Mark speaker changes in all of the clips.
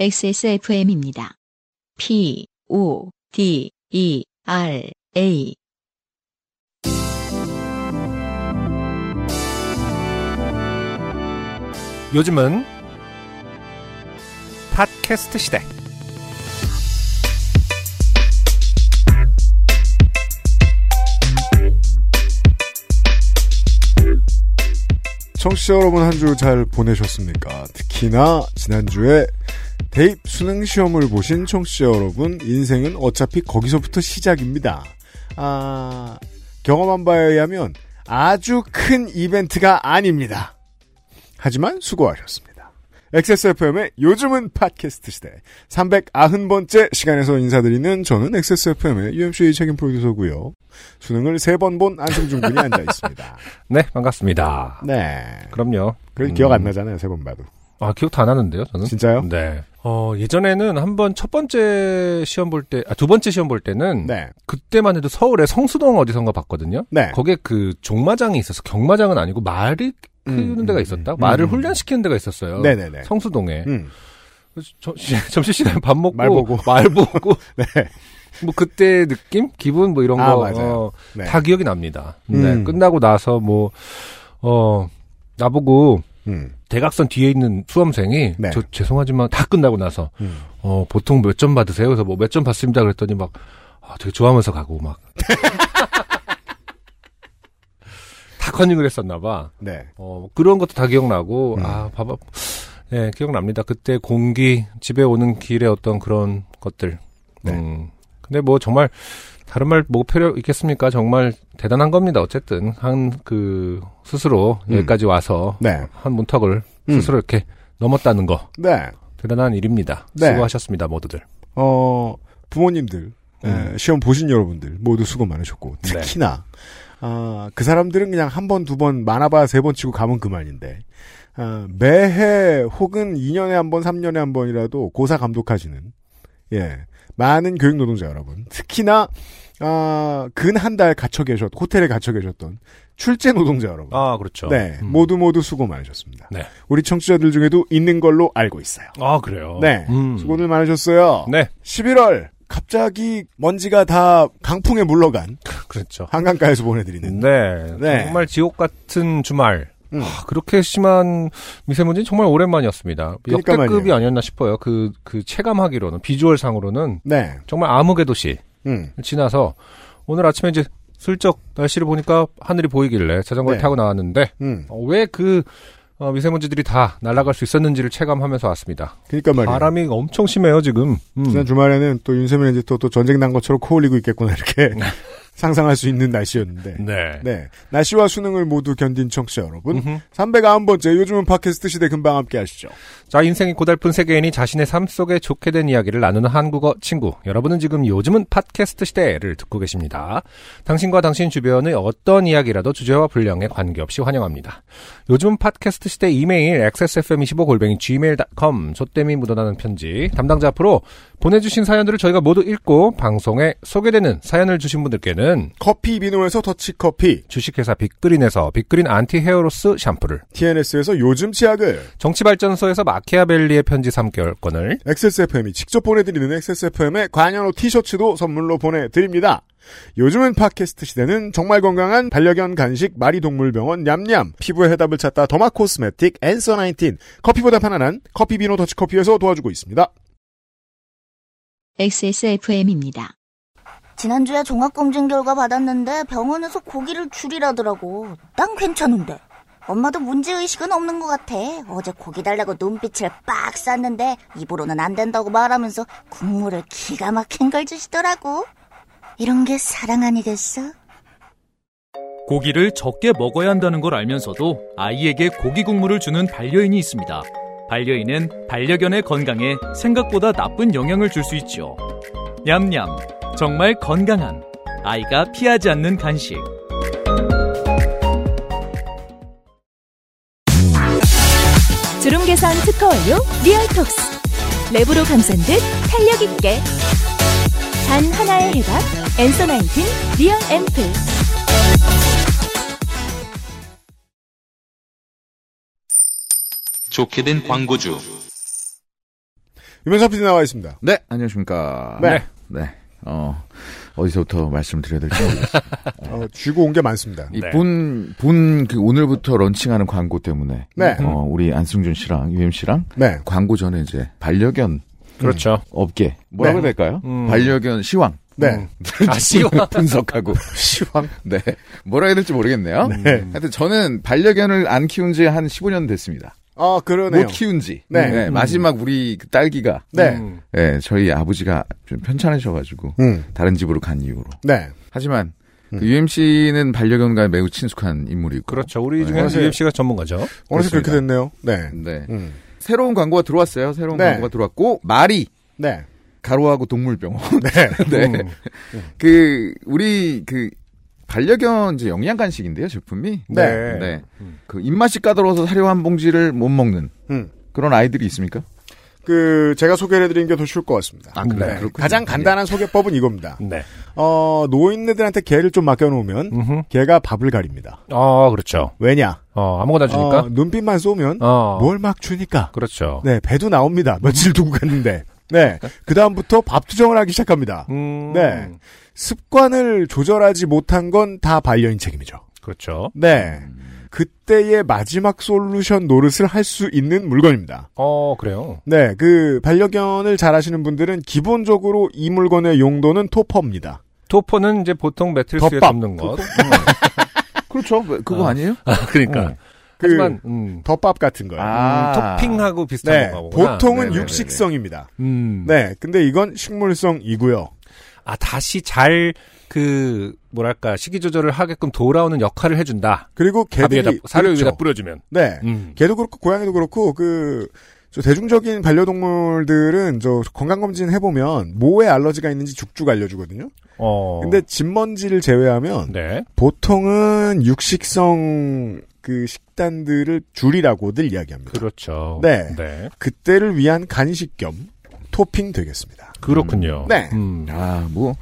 Speaker 1: XSFM입니다. P, O, D, E, R, A.
Speaker 2: 요즘은 팟캐스트 시대.
Speaker 3: 청취자 여러분 한 주 잘 보내셨습니까? 특히나 지난주에 대입 수능 시험을 보신 청취자 여러분 인생은 어차피 거기서부터 시작입니다. 아 경험한 바에 의하면 아주 큰 이벤트가 아닙니다. 하지만 수고하셨습니다. XSFM의 요즘은 팟캐스트 시대 390번째 시간에서 인사드리는 저는 XSFM의 UMC 책임 프로듀서고요. 수능을 세 번 본 안승준 군이 앉아 있습니다.
Speaker 2: 네, 반갑습니다.
Speaker 3: 네.
Speaker 2: 그럼요.
Speaker 3: 그래
Speaker 2: 음.
Speaker 3: 기억 안 나잖아요 세 번 봐도.
Speaker 2: 아, 기억도 안 하는데요, 저는.
Speaker 3: 진짜요?
Speaker 2: 네. 어, 예전에는 한번 첫 번째 시험 볼 때, 아, 두 번째 시험 볼 때는
Speaker 3: 네.
Speaker 2: 그때만 해도 서울에 성수동 어디선가 봤거든요.
Speaker 3: 네.
Speaker 2: 거기에 그 종마장이 있어서 경마장은 아니고 말이 키우는
Speaker 3: 음,
Speaker 2: 데가
Speaker 3: 음,
Speaker 2: 있었다.
Speaker 3: 음.
Speaker 2: 말을
Speaker 3: 음.
Speaker 2: 훈련시키는 데가 있었어요.
Speaker 3: 네네네.
Speaker 2: 성수동에.
Speaker 3: 음.
Speaker 2: 그래서 저- 점심시간에 밥 먹고
Speaker 3: 말 보고.
Speaker 2: 말 보고
Speaker 3: 네.
Speaker 2: 뭐 그때 느낌, 기분 뭐 이런
Speaker 3: 아,
Speaker 2: 거
Speaker 3: 맞아요.
Speaker 2: 어,
Speaker 3: 네.
Speaker 2: 다 기억이 납니다.
Speaker 3: 음.
Speaker 2: 네, 끝나고 나서 뭐, 어, 나보고
Speaker 3: 음.
Speaker 2: 대각선 뒤에 있는 수험생이,
Speaker 3: 네.
Speaker 2: 저 죄송하지만 다 끝나고 나서,
Speaker 3: 음.
Speaker 2: 어, 보통 몇 점 받으세요? 그래서 뭐 몇 점 받습니다. 그랬더니 막, 아, 되게 좋아하면서 가고 막. 다 컨닝을 했었나봐.
Speaker 3: 네.
Speaker 2: 어, 그런 것도 다 기억나고,
Speaker 3: 음.
Speaker 2: 아, 봐봐. 네, 기억납니다. 그때 공기, 집에 오는 길에 어떤 그런 것들.
Speaker 3: 네.
Speaker 2: 음. 근데 뭐 정말, 다른 말 뭐 필요 있겠습니까? 정말 대단한 겁니다. 어쨌든, 한, 그, 스스로
Speaker 3: 음.
Speaker 2: 여기까지 와서,
Speaker 3: 네.
Speaker 2: 한 문턱을
Speaker 3: 음.
Speaker 2: 스스로 이렇게 넘었다는 거.
Speaker 3: 네.
Speaker 2: 대단한 일입니다.
Speaker 3: 네.
Speaker 2: 수고하셨습니다, 모두들.
Speaker 3: 어, 부모님들, 에, 시험 보신 여러분들 모두 수고 많으셨고,
Speaker 2: 음. 네.
Speaker 3: 특히나, 아, 그 사람들은 그냥 한 번, 두 번, 많아봐야 세 번 치고 가면 그만인데, 아, 매해 혹은 2년에 한 번, 3년에 한 번이라도 고사 감독하시는, 예, 많은 교육 노동자 여러분, 특히나, 아, 근 한 달 갇혀 계셨, 호텔에 갇혀 계셨던 출제 노동자 여러분.
Speaker 2: 아, 그렇죠.
Speaker 3: 네,
Speaker 2: 음.
Speaker 3: 모두 모두 수고 많으셨습니다.
Speaker 2: 네.
Speaker 3: 우리 청취자들 중에도 있는 걸로 알고 있어요.
Speaker 2: 아, 그래요.
Speaker 3: 네,
Speaker 2: 음.
Speaker 3: 수고들 많으셨어요.
Speaker 2: 네,
Speaker 3: 11월 갑자기 먼지가 다 강풍에 물러간
Speaker 2: 그렇죠.
Speaker 3: 한강가에서 보내드리는
Speaker 2: 네,
Speaker 3: 네.
Speaker 2: 정말 지옥 같은 주말.
Speaker 3: 음.
Speaker 2: 아, 그렇게 심한 미세먼지는 정말 오랜만이었습니다.
Speaker 3: 그러니까
Speaker 2: 역대급이
Speaker 3: 말이에요.
Speaker 2: 아니었나 싶어요. 그, 그 체감하기로는, 비주얼상으로는
Speaker 3: 네,
Speaker 2: 정말 암흑의 도시
Speaker 3: 음,
Speaker 2: 지나서 오늘 아침에 이제 슬쩍 날씨를 보니까 하늘이 보이길래 자전거를
Speaker 3: 네.
Speaker 2: 타고 나왔는데
Speaker 3: 음,
Speaker 2: 어, 왜그 어, 미세먼지들이 다 날아갈 수 있었는지를 체감하면서 왔습니다.
Speaker 3: 그러니까 말이에요.
Speaker 2: 바람이 엄청 심해요, 지금. 음.
Speaker 3: 지난 주말에는 또 윤세민 에디터 또 전쟁 난 것처럼 코 올리고 있겠구나 이렇게 상상할 수 있는 날씨였는데.
Speaker 2: 네.
Speaker 3: 네, 날씨와 수능을 모두 견딘 청취자 여러분,
Speaker 2: 음흠.
Speaker 3: 309번째 요즘은 팟캐스트 시대 금방 함께 하시죠.
Speaker 2: 자, 인생이 고달픈 세계인이 자신의 삶 속에 좋게 된 이야기를 나누는 한국어 친구. 여러분은 지금 요즘은 팟캐스트 시대를 듣고 계십니다. 당신과 당신 주변의 어떤 이야기라도 주제와 분량에 관계없이 환영합니다. 요즘은 팟캐스트 시대 이메일 xsfm25골뱅이 gmail.com 조땜이 묻어나는 편지 담당자 앞으로 보내주신 사연들을 저희가 모두 읽고 방송에 소개되는 사연을 주신 분들께는
Speaker 3: 커피 비노에서 터치 커피,
Speaker 2: 주식회사 빅그린에서 빅그린 안티 헤어로스 샴푸를
Speaker 3: TNS에서 요즘 치약을,
Speaker 2: 정치발전소에서 마키아벨리의 편지 3개월권을
Speaker 3: XSFM이 직접 보내드리는 XSFM의 관현호 티셔츠도 선물로 보내드립니다. 요즘은 팟캐스트 시대는 정말 건강한 반려견 간식 마리동물병원 냠냠 피부의 해답을 찾다 더마 코스메틱 앤서 19 커피보다 편안한 커피비노 더치커피에서 도와주고 있습니다.
Speaker 1: XSFM입니다.
Speaker 4: 지난주에 종합검진 결과 받았는데 병원에서 고기를 줄이라더라고. 난 괜찮은데. 엄마도 문제의식은 없는 것 같아. 어제 고기 달라고 눈빛을 빡 쐈는데 입으로는 안 된다고 말하면서 국물을 기가 막힌 걸 주시더라고. 이런 게 사랑 아니겠어?
Speaker 5: 고기를 적게 먹어야 한다는 걸 알면서도 아이에게 고기 국물을 주는 반려인이 있습니다. 반려인은 반려견의 건강에 생각보다 나쁜 영향을 줄 수 있죠. 냠냠. 정말 건강한 아이가 피하지 않는 간식.
Speaker 6: 주름 개선 특허 완료 리얼톡스 랩으로 감싼 듯 탄력 있게 단 하나의 해답 엔서 나인틴 리얼 앰플
Speaker 7: 좋게 된 광고주
Speaker 3: 유명섭 PD 나와 있습니다.
Speaker 7: 네, 안녕하십니까.
Speaker 3: 네.
Speaker 7: 네. 어, 어디서부터 말씀드려야 될지 모르겠어요.
Speaker 3: 어, 쥐고 온 게 많습니다.
Speaker 7: 이
Speaker 2: 네.
Speaker 7: 본, 본, 그 오늘부터 런칭하는 광고 때문에.
Speaker 3: 네.
Speaker 7: 어, 우리 안승준 씨랑 유임 씨랑
Speaker 3: 네.
Speaker 7: 광고 전에 이제 반려견
Speaker 2: 그렇죠.
Speaker 7: 업계. 뭐라고 해야 될까요?
Speaker 2: 음.
Speaker 7: 반려견 시황.
Speaker 3: 네.
Speaker 2: 아, 시황.
Speaker 7: 분석하고.
Speaker 3: 시황.
Speaker 7: 네. 뭐라 해야 될지 모르겠네요.
Speaker 3: 네.
Speaker 7: 하여튼 저는 반려견을 안 키운 지 한 15년 됐습니다.
Speaker 3: 아, 그러네요.
Speaker 7: 못 키운 지.
Speaker 3: 네.
Speaker 7: 마지막 우리 그 딸기가.
Speaker 3: 네.
Speaker 2: 음.
Speaker 7: 네, 저희 아버지가 좀 편찮으셔가지고.
Speaker 3: 음.
Speaker 7: 다른 집으로 간 이후로.
Speaker 3: 네.
Speaker 7: 하지만 그 UMC는 반려견과 매우 친숙한 인물이고.
Speaker 2: 그렇죠. 우리 중에는
Speaker 3: 음. 그렇습니다.
Speaker 2: 유입 씨가 전문가죠.
Speaker 3: 어느새 그렇게
Speaker 7: 그렇습니다.
Speaker 3: 됐네요. 네.
Speaker 7: 네.
Speaker 3: 음.
Speaker 7: 새로운 광고가 들어왔어요. 새로운
Speaker 3: 네.
Speaker 7: 광고가 들어왔고 말이
Speaker 3: 네.
Speaker 7: 가로하고 동물병원.
Speaker 3: 네.
Speaker 7: 네.
Speaker 2: 음.
Speaker 7: 그 우리 그 반려견 이제 영양 간식인데요, 제품이.
Speaker 3: 네.
Speaker 7: 네. 그 입맛이 까다로워서 사료 한 봉지를 못 먹는
Speaker 3: 음.
Speaker 7: 그런 아이들이 있습니까?
Speaker 3: 그 제가 소개를 해드린 게 더 쉬울 것 같습니다. 네.
Speaker 7: 아, 그래요? 그렇군요. 예. 음.
Speaker 3: 가장 간단한 소개법은 이겁니다.
Speaker 2: 네.
Speaker 3: 어, 노인네들한테 개를 좀 맡겨놓으면
Speaker 2: 음흠.
Speaker 3: 개가 밥을 가립니다.
Speaker 2: 어, 그렇죠.
Speaker 3: 왜냐?
Speaker 2: 어, 아무거나 주니까.
Speaker 3: 어, 뭐? 눈빛만 쏘면
Speaker 2: 어.
Speaker 3: 뭘 막 주니까.
Speaker 2: 그렇죠.
Speaker 3: 네, 배도 나옵니다. 며칠 두고 갔는데. 네. 그다음부터 밥 투정을 하기 시작합니다.
Speaker 2: 음.
Speaker 3: 네. 습관을 조절하지 못한 건 다 반려인 책임이죠.
Speaker 2: 그렇죠.
Speaker 3: 네.
Speaker 7: 음.
Speaker 3: 그때의 마지막 솔루션 노릇을 할 수 있는 물건입니다.
Speaker 2: 어, 그래요.
Speaker 3: 네, 그 반려견을 잘 하시는 분들은 기본적으로 이 물건의 용도는 토퍼입니다.
Speaker 2: 토퍼는 이제 보통 매트리스에
Speaker 3: 덮밥.
Speaker 2: 덮는 것.
Speaker 3: 음.
Speaker 7: 그렇죠. 그거 아. 니에요
Speaker 2: 아, 그러니까. 하지만 음.
Speaker 3: 덮밥 같은 거예요.
Speaker 2: 음, 토핑하고 비슷한
Speaker 3: 아. 네,
Speaker 2: 건가 보구나.
Speaker 3: 보통은
Speaker 7: 네네네네.
Speaker 3: 육식성입니다.
Speaker 2: 음.
Speaker 3: 네, 근데 이건 식물성이고요.
Speaker 2: 아, 다시 잘, 그, 뭐랄까, 식이 조절을 하게끔 돌아오는 역할을 해준다.
Speaker 3: 그리고 개들이
Speaker 2: 밥에다, 사료
Speaker 3: 그렇죠.
Speaker 2: 위에다 뿌려주면.
Speaker 3: 네,
Speaker 2: 음.
Speaker 3: 개도 그렇고 고양이도 그렇고 그. 저 대중적인 반려동물들은 저 건강검진 해보면 뭐에 알러지가 있는지 죽죽 알려주거든요.
Speaker 2: 어.
Speaker 3: 근데 집먼지를 제외하면
Speaker 2: 네.
Speaker 3: 보통은 육식성 그 식단들을 줄이라고들 이야기합니다.
Speaker 2: 그렇죠.
Speaker 3: 네. 그때를 위한 간식 겸 토핑 되겠습니다.
Speaker 2: 그렇군요.
Speaker 3: 음. 네.
Speaker 2: 음.
Speaker 7: 아, 뭐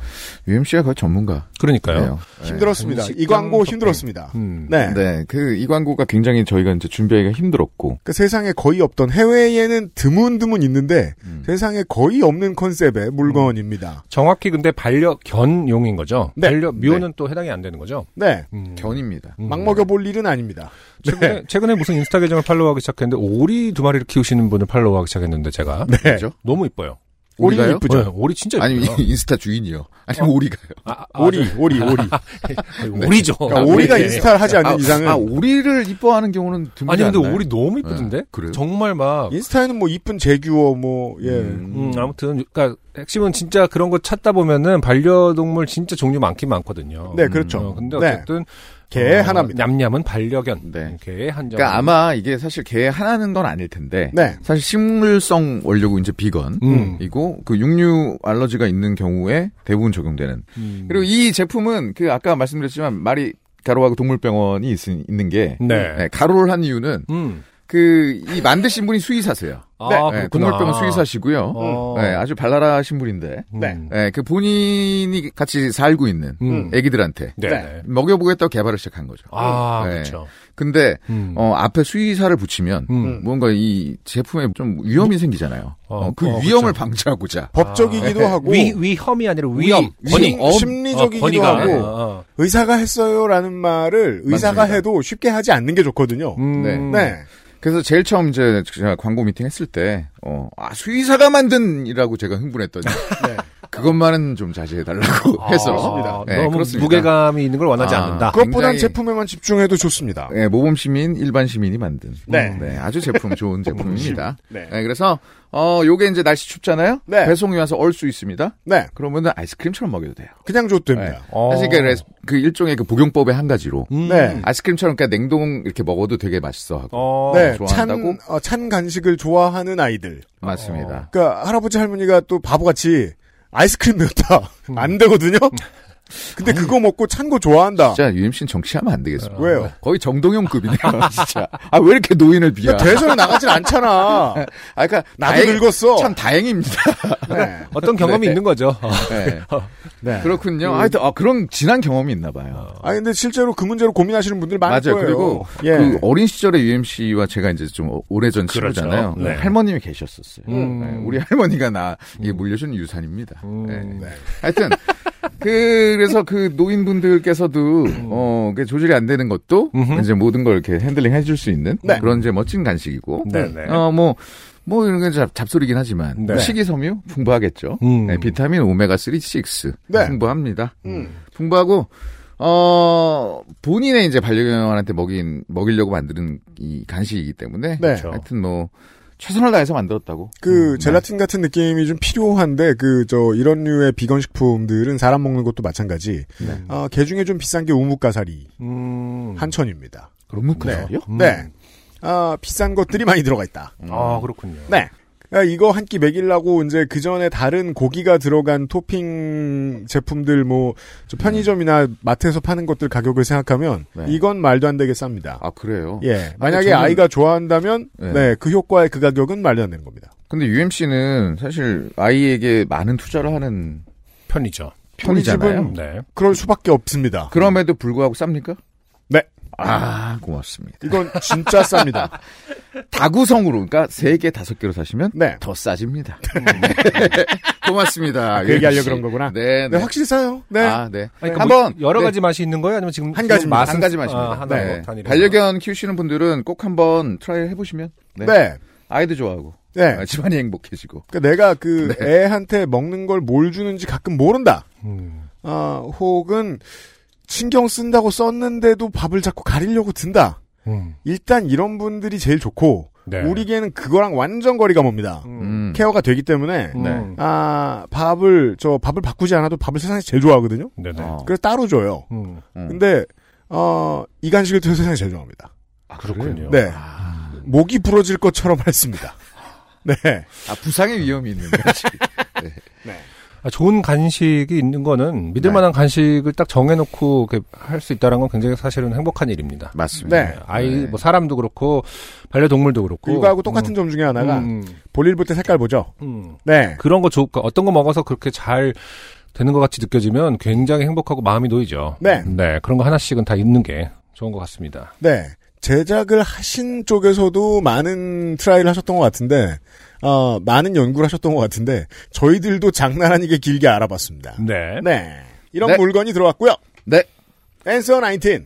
Speaker 7: UMC가 거의 전문가예요.
Speaker 3: 네.
Speaker 2: 그러니까요.
Speaker 3: 힘들었습니다.
Speaker 2: 네, 간식
Speaker 3: 이 광고
Speaker 2: 겸
Speaker 3: 힘들었습니다.
Speaker 2: 음.
Speaker 3: 네.
Speaker 7: 네, 그 이 광고가 굉장히 저희가 이제 준비하기가 힘들었고
Speaker 3: 그 세상에 거의 없던 해외에는 드문드문 있는데
Speaker 7: 음.
Speaker 3: 세상에 거의 없는 컨셉의 물건입니다.
Speaker 2: 정확히 근데 반려견용인 거죠.
Speaker 3: 네.
Speaker 2: 반려 묘는 또 해당이 안 되는 거죠.
Speaker 3: 네.
Speaker 2: 음.
Speaker 7: 견입니다.
Speaker 2: 음.
Speaker 3: 막 먹여볼 일은 아닙니다.
Speaker 2: 최근에, 최근에 무슨 인스타 계정을 팔로우하기 시작했는데 오리 두 마리를 키우시는 분을 팔로우하기 시작했는데 제가
Speaker 3: 네.
Speaker 7: 그죠?
Speaker 2: 너무 이뻐요.
Speaker 3: 오리
Speaker 7: 오리가요?
Speaker 3: 이쁘죠?
Speaker 2: 네, 오리 진짜
Speaker 7: 아니
Speaker 2: 이뻐요.
Speaker 7: 인스타 주인이요. 아니 오리가요.
Speaker 2: 아, 아,
Speaker 3: 오리,
Speaker 2: 저-
Speaker 3: 오리, 오리.
Speaker 2: 아니, 오리죠.
Speaker 3: 그러니까 오리가
Speaker 2: 네.
Speaker 3: 인스타를 하지 않는 이상은
Speaker 7: 아, 오리를 이뻐하는 경우는 드물지
Speaker 2: 아니 근데
Speaker 7: 않나요?
Speaker 2: 오리 너무 이쁘던데.
Speaker 7: 네, 그래요? 예.
Speaker 2: 정말 막
Speaker 3: 인스타에는 뭐 이쁜 재규어 뭐 예.
Speaker 2: 음, 아무튼 그러니까 핵심은 진짜 그런 거 찾다 보면은 반려동물 진짜 종류 많긴 많거든요.
Speaker 3: 네, 그렇죠.
Speaker 2: 어, 근데
Speaker 3: 네.
Speaker 2: 어쨌든
Speaker 3: 개
Speaker 2: 어,
Speaker 3: 하나입니다.
Speaker 2: 냠냠은 반려견.
Speaker 7: 네.
Speaker 2: 개의 한정.
Speaker 7: 그러니까 아마 이게 사실 개 하나는 건 아닐 텐데
Speaker 3: 네.
Speaker 7: 사실 식물성 원료고 이제 비건
Speaker 2: 음.
Speaker 7: 이고 그 육류 알러지가 있는 경우에 대부분 적용되는
Speaker 2: 음.
Speaker 7: 그리고 이 제품은 그 아까 말씀드렸지만 말이 가로하고 동물병원이 있, 있는 게
Speaker 2: 네.
Speaker 7: 네, 가로를 한 이유는
Speaker 2: 음.
Speaker 7: 그 이 만드신 분이 수의사세요.
Speaker 2: 아,
Speaker 7: 네,
Speaker 2: 그렇구나.
Speaker 7: 동물병원 수의사시고요.
Speaker 2: 어.
Speaker 7: 네, 아주 발랄하신 분인데
Speaker 3: 네.
Speaker 2: 음.
Speaker 7: 네, 그 본인이 같이 살고 있는
Speaker 2: 음.
Speaker 7: 애기들한테
Speaker 2: 네.
Speaker 3: 네.
Speaker 7: 먹여보겠다고 개발을 시작한 거죠.
Speaker 2: 아,
Speaker 7: 네.
Speaker 2: 그렇죠.
Speaker 7: 근데
Speaker 2: 음.
Speaker 7: 어, 앞에 수의사를 붙이면
Speaker 2: 음.
Speaker 7: 뭔가 이 제품에 좀 위험이 생기잖아요.
Speaker 2: 어,
Speaker 7: 어, 그
Speaker 2: 어,
Speaker 7: 위험을
Speaker 2: 그쵸.
Speaker 7: 방지하고자.
Speaker 3: 법적이기도 하고
Speaker 2: 아, 네. 위 위험이 아니라
Speaker 7: 위-
Speaker 2: 위험.
Speaker 7: 위-
Speaker 2: 권위.
Speaker 7: 어,
Speaker 3: 심리적이기도
Speaker 2: 권위가.
Speaker 3: 하고
Speaker 2: 어, 어.
Speaker 3: 의사가 했어요라는 말을 의사가
Speaker 7: 맞습니다.
Speaker 3: 해도 쉽게 하지 않는 게 좋거든요.
Speaker 2: 음.
Speaker 7: 네.
Speaker 3: 네.
Speaker 7: 그래서 제일 처음 이제 제가 광고 미팅 했을 때, 어, 아, 수의사가 만든이라고 제가 흥분했더니,
Speaker 3: 네.
Speaker 7: 그것만은 좀 자제해달라고
Speaker 2: 아,
Speaker 7: 해서. 네,
Speaker 2: 너무
Speaker 7: 그렇습니다.
Speaker 2: 무게감이 있는 걸 원하지
Speaker 7: 아.
Speaker 2: 않는다.
Speaker 3: 그것보단
Speaker 7: 굉장히-
Speaker 3: 제품에만 집중해도 좋습니다.
Speaker 7: 네, 모범 시민, 일반 시민이 만든.
Speaker 3: 네.
Speaker 7: 아주 제품 좋은 제품입니다.
Speaker 3: 네.
Speaker 7: 네, 그래서, 어, 요게 이제 날씨 춥잖아요?
Speaker 3: 네.
Speaker 7: 배송이 와서 얼 수 있습니다.
Speaker 3: 네.
Speaker 7: 그러면은 아이스크림처럼 먹여도 돼요.
Speaker 3: 그냥 줘도 됩니다.
Speaker 2: 어.
Speaker 7: 사실 그, 레스- 그 일종의 그 복용법의 한 가지로.
Speaker 2: 음.
Speaker 3: 네.
Speaker 7: 아이스크림처럼 그냥 냉동 이렇게 먹어도 되게 맛있어 하고.
Speaker 2: 어.
Speaker 3: 네,
Speaker 7: 좋아한다고?
Speaker 3: 찬, 어, 찬 간식을 좋아하는 아이들.
Speaker 7: 맞습니다. 음.
Speaker 3: 그러니까 할아버지 할머니가 또 바보같이 아이스크림 넣었다 안 되거든요. 근데 그거 먹고 찬 거 좋아한다.
Speaker 7: 진짜 UMC는 정치하면 안 되겠습니다.
Speaker 3: 어. 왜요?
Speaker 7: 거의 정동영급이네요, 진짜. 아, 왜 이렇게 노인을 비하?
Speaker 3: 그러니까 대선에 나가진 않잖아.
Speaker 7: 아, 그러니까
Speaker 3: 나도
Speaker 7: 다행-
Speaker 3: 늙었어.
Speaker 7: 참 다행입니다.
Speaker 3: 네.
Speaker 2: 어떤 경험이
Speaker 7: 네.
Speaker 2: 있는 거죠.
Speaker 7: 네.
Speaker 3: 네.
Speaker 7: 그렇군요. 하여튼, 아, 그런 지난 경험이 있나 봐요.
Speaker 3: 아 근데 실제로 그 문제로 고민하시는 분들 많을
Speaker 7: 맞아요.
Speaker 3: 거예요.
Speaker 7: 그리고
Speaker 3: 예.
Speaker 7: 그 어린 시절에 UMC와 제가 이제 좀 오래전
Speaker 2: 그렇죠.
Speaker 7: 친구잖아요.
Speaker 2: 네.
Speaker 7: 할머님이 계셨었어요.
Speaker 2: 음.
Speaker 7: 네, 우리 할머니가 나 이게 물려준 유산입니다. 네.
Speaker 3: 음. 네.
Speaker 7: 하여튼 그, 그래서 그 노인분들께서도
Speaker 3: 음.
Speaker 7: 어, 그 조절이 안 되는 것도
Speaker 2: 음흠.
Speaker 7: 이제 모든 걸 이렇게 핸들링 해줄 수 있는
Speaker 3: 네.
Speaker 7: 그런 이제 멋진 간식이고
Speaker 2: 네네.
Speaker 7: 어, 뭐, 뭐, 이런 게 잡, 잡소리긴 하지만.
Speaker 2: 네.
Speaker 7: 식이섬유? 풍부하겠죠.
Speaker 2: 음.
Speaker 7: 네, 비타민 오메가3, 6.
Speaker 3: 네.
Speaker 7: 풍부합니다.
Speaker 3: 음.
Speaker 7: 풍부하고, 어, 본인의 이제 반려견한테 먹인, 먹이려고 만드는 이 간식이기 때문에.
Speaker 3: 네.
Speaker 2: 그렇죠.
Speaker 7: 하여튼 뭐, 최선을 다해서 만들었다고.
Speaker 3: 그
Speaker 7: 음,
Speaker 3: 젤라틴 같은 느낌이 좀 필요한데 그 저 이런 류의 비건 식품들은 사람 먹는 것도 마찬가지.
Speaker 7: 네.
Speaker 3: 아, 개 중에 좀 비싼 게 우뭇가사리
Speaker 2: 음.
Speaker 3: 한천입니다.
Speaker 7: 그런 물가요? 음.
Speaker 2: 음.
Speaker 3: 네. 아, 비싼 것들이 많이 들어가 있다.
Speaker 2: 아 그렇군요.
Speaker 3: 네. 아, 이거 한 끼 먹이려고 이제 그 전에 다른 고기가 들어간 토핑 제품들 뭐저 편의점이나 마트에서 파는 것들 가격을 생각하면
Speaker 7: 음. 네.
Speaker 3: 이건 말도 안 되게 쌉니다.
Speaker 7: 아, 그래요?
Speaker 3: 예. 만약에
Speaker 7: 저는-
Speaker 3: 아이가 좋아한다면
Speaker 7: 네.
Speaker 3: 네, 그 효과의 그 가격은 말도 안 되는 겁니다.
Speaker 7: 근데 UMC는 사실 아이에게 많은 투자를 하는
Speaker 2: 편이죠.
Speaker 7: 편이잖아요.
Speaker 3: 집은-
Speaker 2: 네.
Speaker 3: 그럴 수밖에 없습니다.
Speaker 7: 그럼에도 불구하고 쌉니까?
Speaker 3: 네.
Speaker 7: 아, 고맙습니다.
Speaker 3: 이건 진짜 쌉니다.
Speaker 7: 다구성으로 그러니까 세 개 다섯 개로 사시면
Speaker 3: 네.
Speaker 7: 더 싸집니다. 고맙습니다.
Speaker 3: 그 얘기하려고
Speaker 7: 유엠씨.
Speaker 3: 그런 거구나.
Speaker 7: 네,
Speaker 3: 네, 확실히 싸요. 네.
Speaker 7: 아, 네.
Speaker 2: 아니, 그러니까
Speaker 7: 한번
Speaker 2: 뭐 여러 가지 맛이 있는 거예요? 아니면 지금
Speaker 3: 한 가지
Speaker 2: 지금
Speaker 3: 맛,
Speaker 2: 맛은
Speaker 7: 한 가지 마십니다.
Speaker 2: 아, 하나
Speaker 3: 네.
Speaker 2: 뭐 단일화.
Speaker 7: 반려견 키우시는 분들은 꼭 한번 트라이 해보시면 네.
Speaker 3: 네.
Speaker 7: 아이도 좋아하고
Speaker 3: 네.
Speaker 7: 아, 집안이 행복해지고
Speaker 3: 그러니까 내가 그 애한테 먹는 걸 뭘 주는지 가끔 모른다.
Speaker 2: 음.
Speaker 3: 아, 혹은 신경 쓴다고 썼는데도 밥을 자꾸 가리려고 든다.
Speaker 2: 음.
Speaker 3: 일단 이런 분들이 제일 좋고
Speaker 2: 네.
Speaker 3: 우리에게는 그거랑 완전 거리가 멉니다.
Speaker 7: 음.
Speaker 3: 케어가 되기 때문에
Speaker 2: 음.
Speaker 7: 네.
Speaker 3: 아 밥을 저 밥을 바꾸지 않아도 밥을 세상에 제일 좋아하거든요.
Speaker 2: 네네.
Speaker 7: 어.
Speaker 3: 그래서 따로 줘요.
Speaker 2: 음.
Speaker 7: 음.
Speaker 3: 근데 어, 이 간식을 또 세상에 제일 좋아합니다.
Speaker 7: 아,
Speaker 2: 그렇군요.
Speaker 3: 네. 목이 부러질 것처럼 했습니다. 네.
Speaker 7: 아 부상의 위험이 있는 거지.
Speaker 2: 아, 좋은 간식이 있는 거는 믿을
Speaker 7: 네.
Speaker 2: 만한 간식을 딱 정해놓고 할 수 있다는 건 굉장히 사실은 행복한 일입니다.
Speaker 7: 맞습니다.
Speaker 3: 네.
Speaker 2: 아이
Speaker 7: 네.
Speaker 2: 뭐 사람도 그렇고 반려동물도 그렇고
Speaker 7: 음.
Speaker 3: 그거하고 똑같은 점 중에 하나가
Speaker 2: 음,
Speaker 3: 볼일 볼 때 색깔 보죠.
Speaker 2: 음.
Speaker 3: 네.
Speaker 2: 그런 거 좋을까? 어떤 거 먹어서 그렇게 잘 되는 것 같이 느껴지면 굉장히 행복하고 마음이 놓이죠.
Speaker 3: 네.
Speaker 2: 그런 거 하나씩은 다 있는 게 좋은 것 같습니다.
Speaker 3: 네. 제작을 하신 쪽에서도 많은 트라이를 하셨던 것 같은데, 어, 많은 연구를 하셨던 것 같은데, 저희들도 장난 아니게 길게 알아봤습니다.
Speaker 2: 네.
Speaker 3: 네. 이런
Speaker 7: 네.
Speaker 3: 물건이 들어왔고요.
Speaker 7: 네.
Speaker 3: 앤서 19.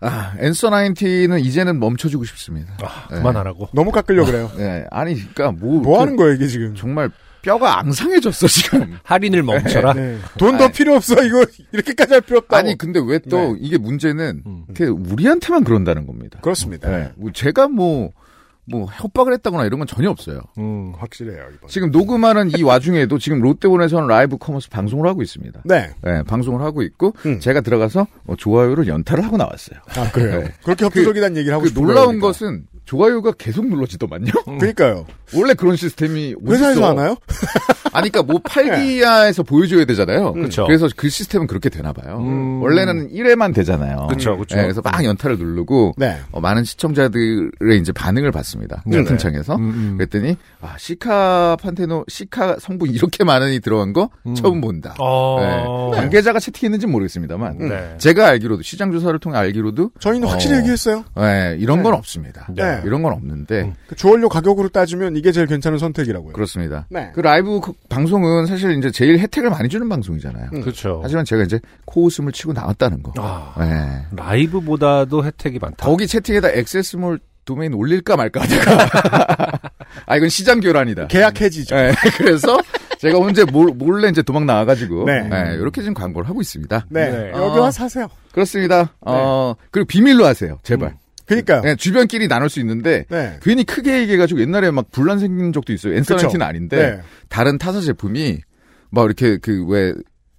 Speaker 7: 아 엔서 나인티는 이제는 멈춰주고 싶습니다.
Speaker 2: 아, 그만하라고.
Speaker 3: 너무 깎으려고 그래요.
Speaker 7: 네. 아니 그러니까 뭐,
Speaker 3: 뭐 하는 거예요, 이게 지금?
Speaker 7: 정말 뼈가 앙상해졌어 지금.
Speaker 2: 할인을 멈춰라.
Speaker 3: 돈 더
Speaker 7: 아니.
Speaker 3: 필요 없어, 이거. 이렇게까지 할 필요 없다고.
Speaker 7: 아니 그- 근데 왜 또 이게 문제는 그 우리한테만 그런다는 겁니다.
Speaker 3: 그렇습니다.
Speaker 7: 네. 뭐 제가 뭐, 뭐, 협박을 했다거나 이런 건 전혀 없어요.
Speaker 2: 음.
Speaker 3: 확실해요, 이번.
Speaker 7: 지금 녹음하는 이 와중에도 지금 롯데본에서는 라이브 커머스 방송을 하고 있습니다.
Speaker 3: 네.
Speaker 7: 네, 방송을 하고 있고,
Speaker 3: 음.
Speaker 7: 제가 들어가서 어, 좋아요를 연타를 하고 나왔어요.
Speaker 3: 아, 그래요.
Speaker 7: 네.
Speaker 3: 그렇게 협조적이라는 얘기를 하고
Speaker 7: 그
Speaker 3: 싶은
Speaker 7: 놀라운
Speaker 3: 거예요,
Speaker 7: 것은 좋아요가 계속 눌러지더만요.
Speaker 3: 그러니까. 그러니까요.
Speaker 7: 원래 그런 시스템이 어딨어.
Speaker 3: 회사에서 하나요?
Speaker 7: 아니, 그니까 뭐 팔기야에서 보여줘야 되잖아요.
Speaker 2: 그쵸.
Speaker 7: 그래서 그 시스템은 그렇게 되나 봐요.
Speaker 2: 음.
Speaker 7: 원래는 1회만 되잖아요.
Speaker 2: 그쵸, 그쵸.
Speaker 7: 네, 그래서 막 연타를 누르고
Speaker 3: 네.
Speaker 7: 어, 많은 시청자들의 이제 반응을 봤습니다.
Speaker 2: 네네.
Speaker 7: 채팅창에서
Speaker 2: 음, 음.
Speaker 7: 그랬더니 아, 시카 판테노 시카 성분 이렇게 많이 들어간 거 처음 본다.
Speaker 2: 어.
Speaker 7: 네. 관계자가 채팅했는지 는 모르겠습니다만
Speaker 3: 음.
Speaker 2: 네.
Speaker 7: 제가 알기로도 시장 조사를 통해 알기로도
Speaker 3: 저희는 확실히
Speaker 7: 어,
Speaker 3: 얘기했어요.
Speaker 7: 네, 이런 건 없습니다.
Speaker 3: 네.
Speaker 7: 이런 건 없는데
Speaker 3: 그 주원료 가격으로 따지면 이게 제일 괜찮은 선택이라고요.
Speaker 7: 그렇습니다.
Speaker 3: 네.
Speaker 7: 그 라이브 그 방송은 사실 이제 제일 혜택을 많이 주는 방송이잖아요.
Speaker 3: 음.
Speaker 2: 그렇죠.
Speaker 7: 하지만 제가 이제 코웃음을 치고 나왔다는 거.
Speaker 2: 아.
Speaker 7: 네.
Speaker 2: 라이브보다도 혜택이 많다.
Speaker 7: 거기 채팅에다 액세스몰 도메인 올릴까 말까 하다가 아 이건 시장 교란이다.
Speaker 3: 계약 해지죠.
Speaker 7: 예, 그래서 제가 언제 몰- 몰래 이제 도망 나와가지고
Speaker 3: 네.
Speaker 7: 예, 이렇게 지금 광고를 하고 있습니다.
Speaker 3: 네.
Speaker 2: 네.
Speaker 3: 여기
Speaker 7: 아.
Speaker 3: 와서 하세요.
Speaker 7: 그렇습니다. 어,
Speaker 3: 네.
Speaker 7: 그리고 비밀로 하세요, 제발.
Speaker 3: 그니까요.
Speaker 7: 예, 주변끼리 나눌 수 있는데
Speaker 3: 네.
Speaker 7: 괜히 크게 얘기해가지고 옛날에 막 분란 생긴 적도 있어요. 엔서나이티는
Speaker 3: 그쵸.
Speaker 7: 아닌데
Speaker 3: 네.
Speaker 7: 다른 타사 제품이 막 이렇게 그 왜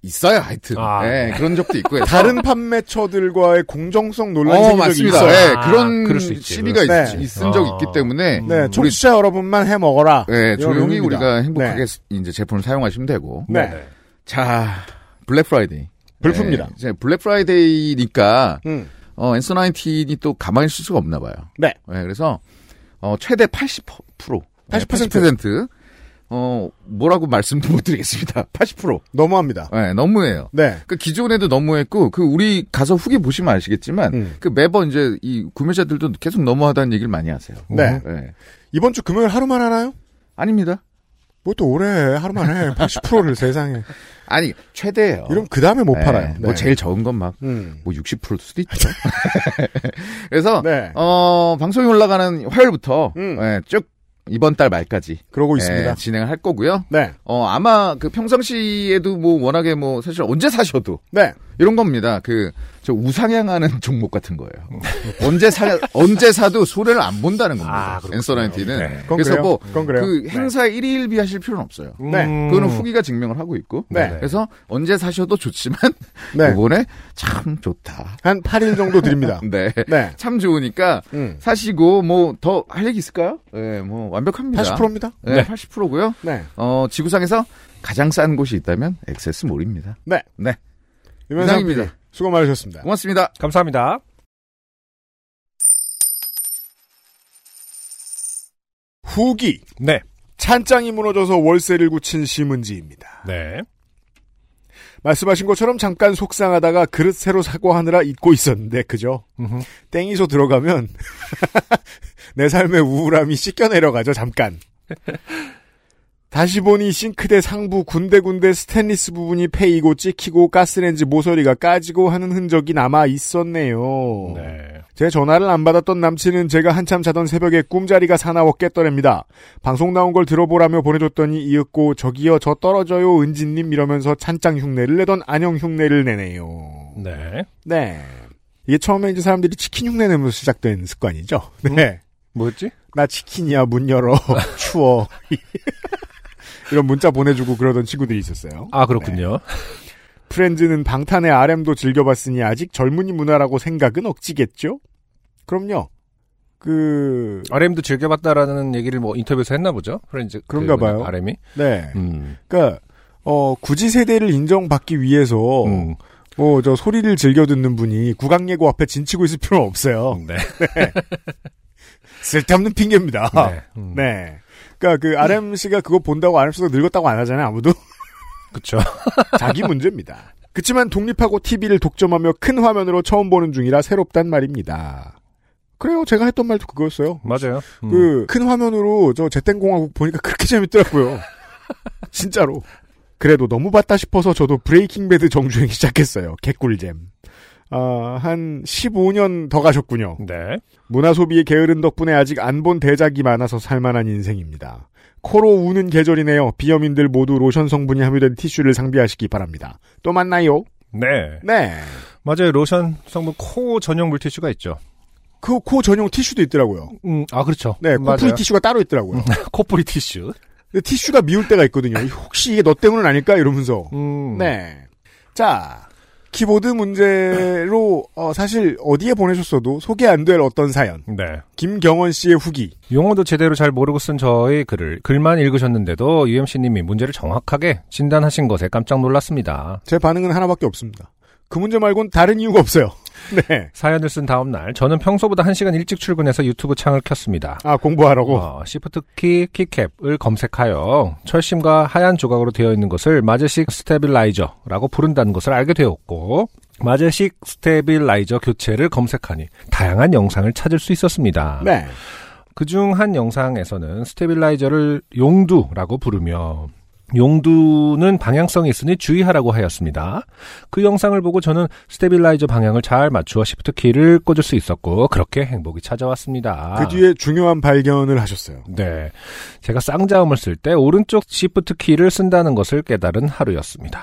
Speaker 7: 있어요, 하여튼
Speaker 2: 아.
Speaker 7: 예, 그런 적도 있고 해서.
Speaker 3: 네. 다른 판매처들과의 공정성 논란이
Speaker 7: 어,
Speaker 3: 생긴
Speaker 7: 맞습니다.
Speaker 3: 적이 있어요.
Speaker 7: 예,
Speaker 2: 아,
Speaker 7: 그런
Speaker 2: 그럴 수 있지,
Speaker 7: 시비가 있,
Speaker 3: 그럴 수
Speaker 2: 있지.
Speaker 7: 있은 적이
Speaker 2: 아.
Speaker 7: 있기 때문에
Speaker 3: 네,
Speaker 7: 우리-
Speaker 3: 청취자 여러분만 해 먹어라. 네.
Speaker 7: 예, 조용히
Speaker 3: 이런 의미입니다.
Speaker 7: 우리가 행복하게 이제 제품을 사용하시면 되고
Speaker 3: 네. 네.
Speaker 7: 자 블랙 프라이데이
Speaker 3: 음. 불품입니다.
Speaker 7: 네, 이제 블랙 프라이데이니까
Speaker 3: 음.
Speaker 7: 어, 엔서 19이 또 가만히 있을 수가 없나 봐요.
Speaker 3: 네.
Speaker 7: 네, 그래서 어, 최대 80% 80% 예, 어, 뭐라고 말씀도 못 드리겠습니다. 80%.
Speaker 3: 너무합니다.
Speaker 7: 네, 너무해요.
Speaker 3: 네.
Speaker 7: 그 기존에도 너무했고 그 우리 가서 후기 보시면 아시겠지만
Speaker 3: 음.
Speaker 7: 그 매번 이제 이 구매자들도 계속 너무하다는 얘기를 많이 하세요.
Speaker 3: 네.
Speaker 7: 네.
Speaker 3: 이번 주 금요일 하루만 하나요?
Speaker 7: 아닙니다.
Speaker 3: 뭐 또 올해 하루만 해. 80%를 세상에.
Speaker 7: 아니 최대예요.
Speaker 3: 이러면 그 다음에 못
Speaker 7: 네,
Speaker 3: 팔아요.
Speaker 7: 뭐
Speaker 3: 네.
Speaker 7: 제일 적은 건 막 뭐
Speaker 3: 음.
Speaker 7: 60%일 수도 있죠. 그래서
Speaker 3: 네.
Speaker 7: 어 방송이 올라가는 화요일부터
Speaker 3: 음.
Speaker 7: 예, 쭉 이번 달 말까지
Speaker 3: 그러고
Speaker 7: 예,
Speaker 3: 있습니다.
Speaker 7: 진행을 할 거고요.
Speaker 3: 네.
Speaker 7: 어 아마 그 평상시에도 뭐 워낙에 뭐 사실 언제 사셔도
Speaker 3: 네.
Speaker 7: 이런 겁니다. 그 저 우상향하는 종목 같은 거예요. 언제 사 언제 사도 손해를 안 본다는 겁니다. 엔서나인티는
Speaker 3: 아, 네. 그건
Speaker 7: 네. 그래서
Speaker 3: 그래요. 그건 그래요.
Speaker 7: 뭐 그
Speaker 3: 네.
Speaker 7: 행사에 일일비 하실 필요는 없어요.
Speaker 3: 네.
Speaker 7: 그거는 후기가 증명을 하고 있고
Speaker 3: 네.
Speaker 7: 그래서 언제 사셔도 좋지만
Speaker 3: 네.
Speaker 7: 이번에 참 좋다.
Speaker 3: 한 8일 정도 드립니다.
Speaker 7: 네.
Speaker 3: 네.
Speaker 7: 참 좋으니까
Speaker 3: 음.
Speaker 7: 사시고 뭐 더 할 얘기 있을까요? 네, 뭐 완벽합니다.
Speaker 3: 80%입니다.
Speaker 7: 네, 80%고요.
Speaker 3: 네.
Speaker 7: 어, 지구상에서 가장 싼 곳이 있다면 엑세스몰입니다.
Speaker 3: 네.
Speaker 7: 네.
Speaker 3: 유명상
Speaker 7: 이상입니다.
Speaker 3: PD, 수고 많으셨습니다.
Speaker 7: 고맙습니다.
Speaker 2: 감사합니다.
Speaker 3: 후기.
Speaker 2: 네.
Speaker 3: 찬장이 무너져서 월세를 굳힌 심은지입니다.
Speaker 2: 네.
Speaker 3: 말씀하신 것처럼 잠깐 속상하다가 그릇 새로 사고 하느라 잊고 있었는데 그죠?
Speaker 2: 음흠.
Speaker 3: 땡이소 들어가면 내 삶의 우울함이 씻겨 내려가죠 잠깐. 다시 보니 싱크대 상부 군데군데 스테인리스 부분이 패이고 찍히고 가스렌지 모서리가 까지고 하는 흔적이 남아 있었네요.
Speaker 2: 네.
Speaker 3: 제 전화를 안 받았던 남친은 제가 한참 자던 새벽에 꿈자리가 사나워 깼더랍니다. 방송 나온 걸 들어보라며 보내줬더니 이윽고 저기요 저 떨어져요 은진님 이러면서 찬짱 흉내를 내던 안영 흉내를 내네요.
Speaker 2: 네.
Speaker 3: 네. 이게 처음에 이제 사람들이 치킨 흉내 내면서 시작된 습관이죠.
Speaker 2: 음.
Speaker 3: 네.
Speaker 2: 뭐였지?
Speaker 3: 나 치킨이야 문 열어 추워 이런 문자 보내주고 그러던 친구들이 있었어요.
Speaker 2: 아, 그렇군요.
Speaker 3: 프렌즈는 방탄의 RM도 즐겨봤으니 아직 젊은이 문화라고 생각은 억지겠죠? 그럼요. 그,
Speaker 2: RM도 즐겨봤다라는 얘기를 뭐 인터뷰에서 했나 보죠? 프렌즈.
Speaker 3: 그런가 봐요.
Speaker 2: RM이.
Speaker 3: 네.
Speaker 2: 음.
Speaker 3: 그니까, 어, 굳이 세대를 인정받기 위해서,
Speaker 2: 음.
Speaker 3: 뭐, 저 소리를 즐겨 듣는 분이 구강예고 앞에 진치고 있을 필요는 없어요.
Speaker 2: 네.
Speaker 3: 쓸데없는 핑계입니다.
Speaker 2: 네. 음.
Speaker 3: 네. 그니까 그 RM씨가 그거 본다고 RM씨가 늙었다고 안 하잖아요, 아무도.
Speaker 2: 그쵸.
Speaker 3: 자기 문제입니다. 그치만 독립하고 TV를 독점하며 큰 화면으로 처음 보는 중이라 새롭단 말입니다. 그래요. 제가 했던 말도 그거였어요.
Speaker 2: 맞아요. 음.
Speaker 3: 그 큰 화면으로 저 재땡공화국 보니까 그렇게 재밌더라고요. 진짜로. 그래도 너무 봤다 싶어서 저도 브레이킹 배드 정주행 시작했어요. 개꿀잼. 아, 한 15년 더 가셨군요.
Speaker 2: 네.
Speaker 3: 문화 소비의 게으른 덕분에 아직 안 본 대작이 많아서 살만한 인생입니다. 코로 우는 계절이네요. 비염인들 모두 로션 성분이 함유된 티슈를 상비하시기 바랍니다. 또 만나요.
Speaker 2: 네.
Speaker 3: 네.
Speaker 2: 맞아요. 로션 성분 코 전용 물티슈가 있죠.
Speaker 3: 그 코 전용 티슈도 있더라고요.
Speaker 2: 음, 아, 그렇죠.
Speaker 3: 네, 코풀이
Speaker 2: 맞아요. 음.
Speaker 3: 티슈가 따로 있더라고요.
Speaker 2: 코뿌리 티슈.
Speaker 3: 근데 티슈가 미울 때가 있거든요. 혹시 이게 너 때문은 아닐까 이러면서.
Speaker 2: 음.
Speaker 3: 네. 자, 키보드 문제로 어, 사실 어디에 보내셨어도 소개 안 될 어떤 사연.
Speaker 2: 네.
Speaker 3: 김경원 씨의 후기.
Speaker 2: 용어도 제대로 잘 모르고 쓴 저의 글을 글만 읽으셨는데도 UMC님이 문제를 정확하게 진단하신 것에 깜짝 놀랐습니다.
Speaker 3: 제 반응은 하나밖에 없습니다. 그 문제 말고는 다른 이유가 없어요. 네.
Speaker 2: 사연을 쓴 다음 날 저는 평소보다 1시간 일찍 출근해서 유튜브 창을 켰습니다.
Speaker 3: 아 공부하라고.
Speaker 2: 어, 시프트키 키캡을 검색하여 철심과 하얀 조각으로 되어 있는 것을 마제식 스테빌라이저라고 부른다는 것을 알게 되었고 마제식 스테빌라이저 교체를 검색하니 다양한 영상을 찾을 수 있었습니다.
Speaker 3: 네.
Speaker 2: 그중 한 영상에서는 스테빌라이저를 용두라고 부르며 용두는 방향성이 있으니 주의하라고 하였습니다. 그 영상을 보고 저는 스테빌라이저 방향을 잘 맞추어 시프트 키를 꽂을 수 있었고 그렇게 행복이 찾아왔습니다.
Speaker 3: 그 뒤에 중요한 발견을 하셨어요.
Speaker 2: 네. 제가 쌍자음을 쓸 때 오른쪽 시프트 키를 쓴다는 것을 깨달은 하루였습니다.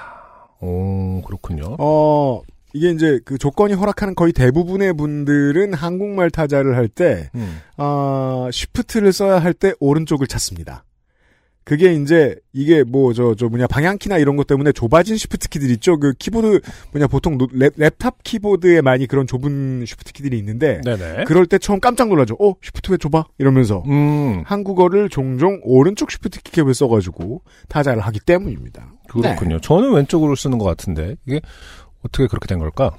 Speaker 2: 오, 그렇군요.
Speaker 3: 어 이게 이제 그 조건이 허락하는 거의 대부분의 분들은 한국말 타자를 할때
Speaker 2: 음.
Speaker 3: 아, 쉬프트를 써야 할 때 오른쪽을 찾습니다. 그게 이제 이게 뭐 저 저 뭐냐 방향키나 이런 것 때문에 좁아진 쉬프트 키들 있죠. 그 키보드 뭐냐 보통 노- 랩, 랩탑 키보드에 많이 그런 좁은 쉬프트 키들이 있는데
Speaker 2: 네네.
Speaker 3: 그럴 때 처음 깜짝 놀라죠. 어 쉬프트 왜 좁아? 이러면서
Speaker 2: 음,
Speaker 3: 한국어를 종종 오른쪽 쉬프트 키캡을 써가지고 타자를 하기 때문입니다.
Speaker 2: 네. 그렇군요. 저는 왼쪽으로 쓰는 것 같은데 이게 어떻게 그렇게 된 걸까?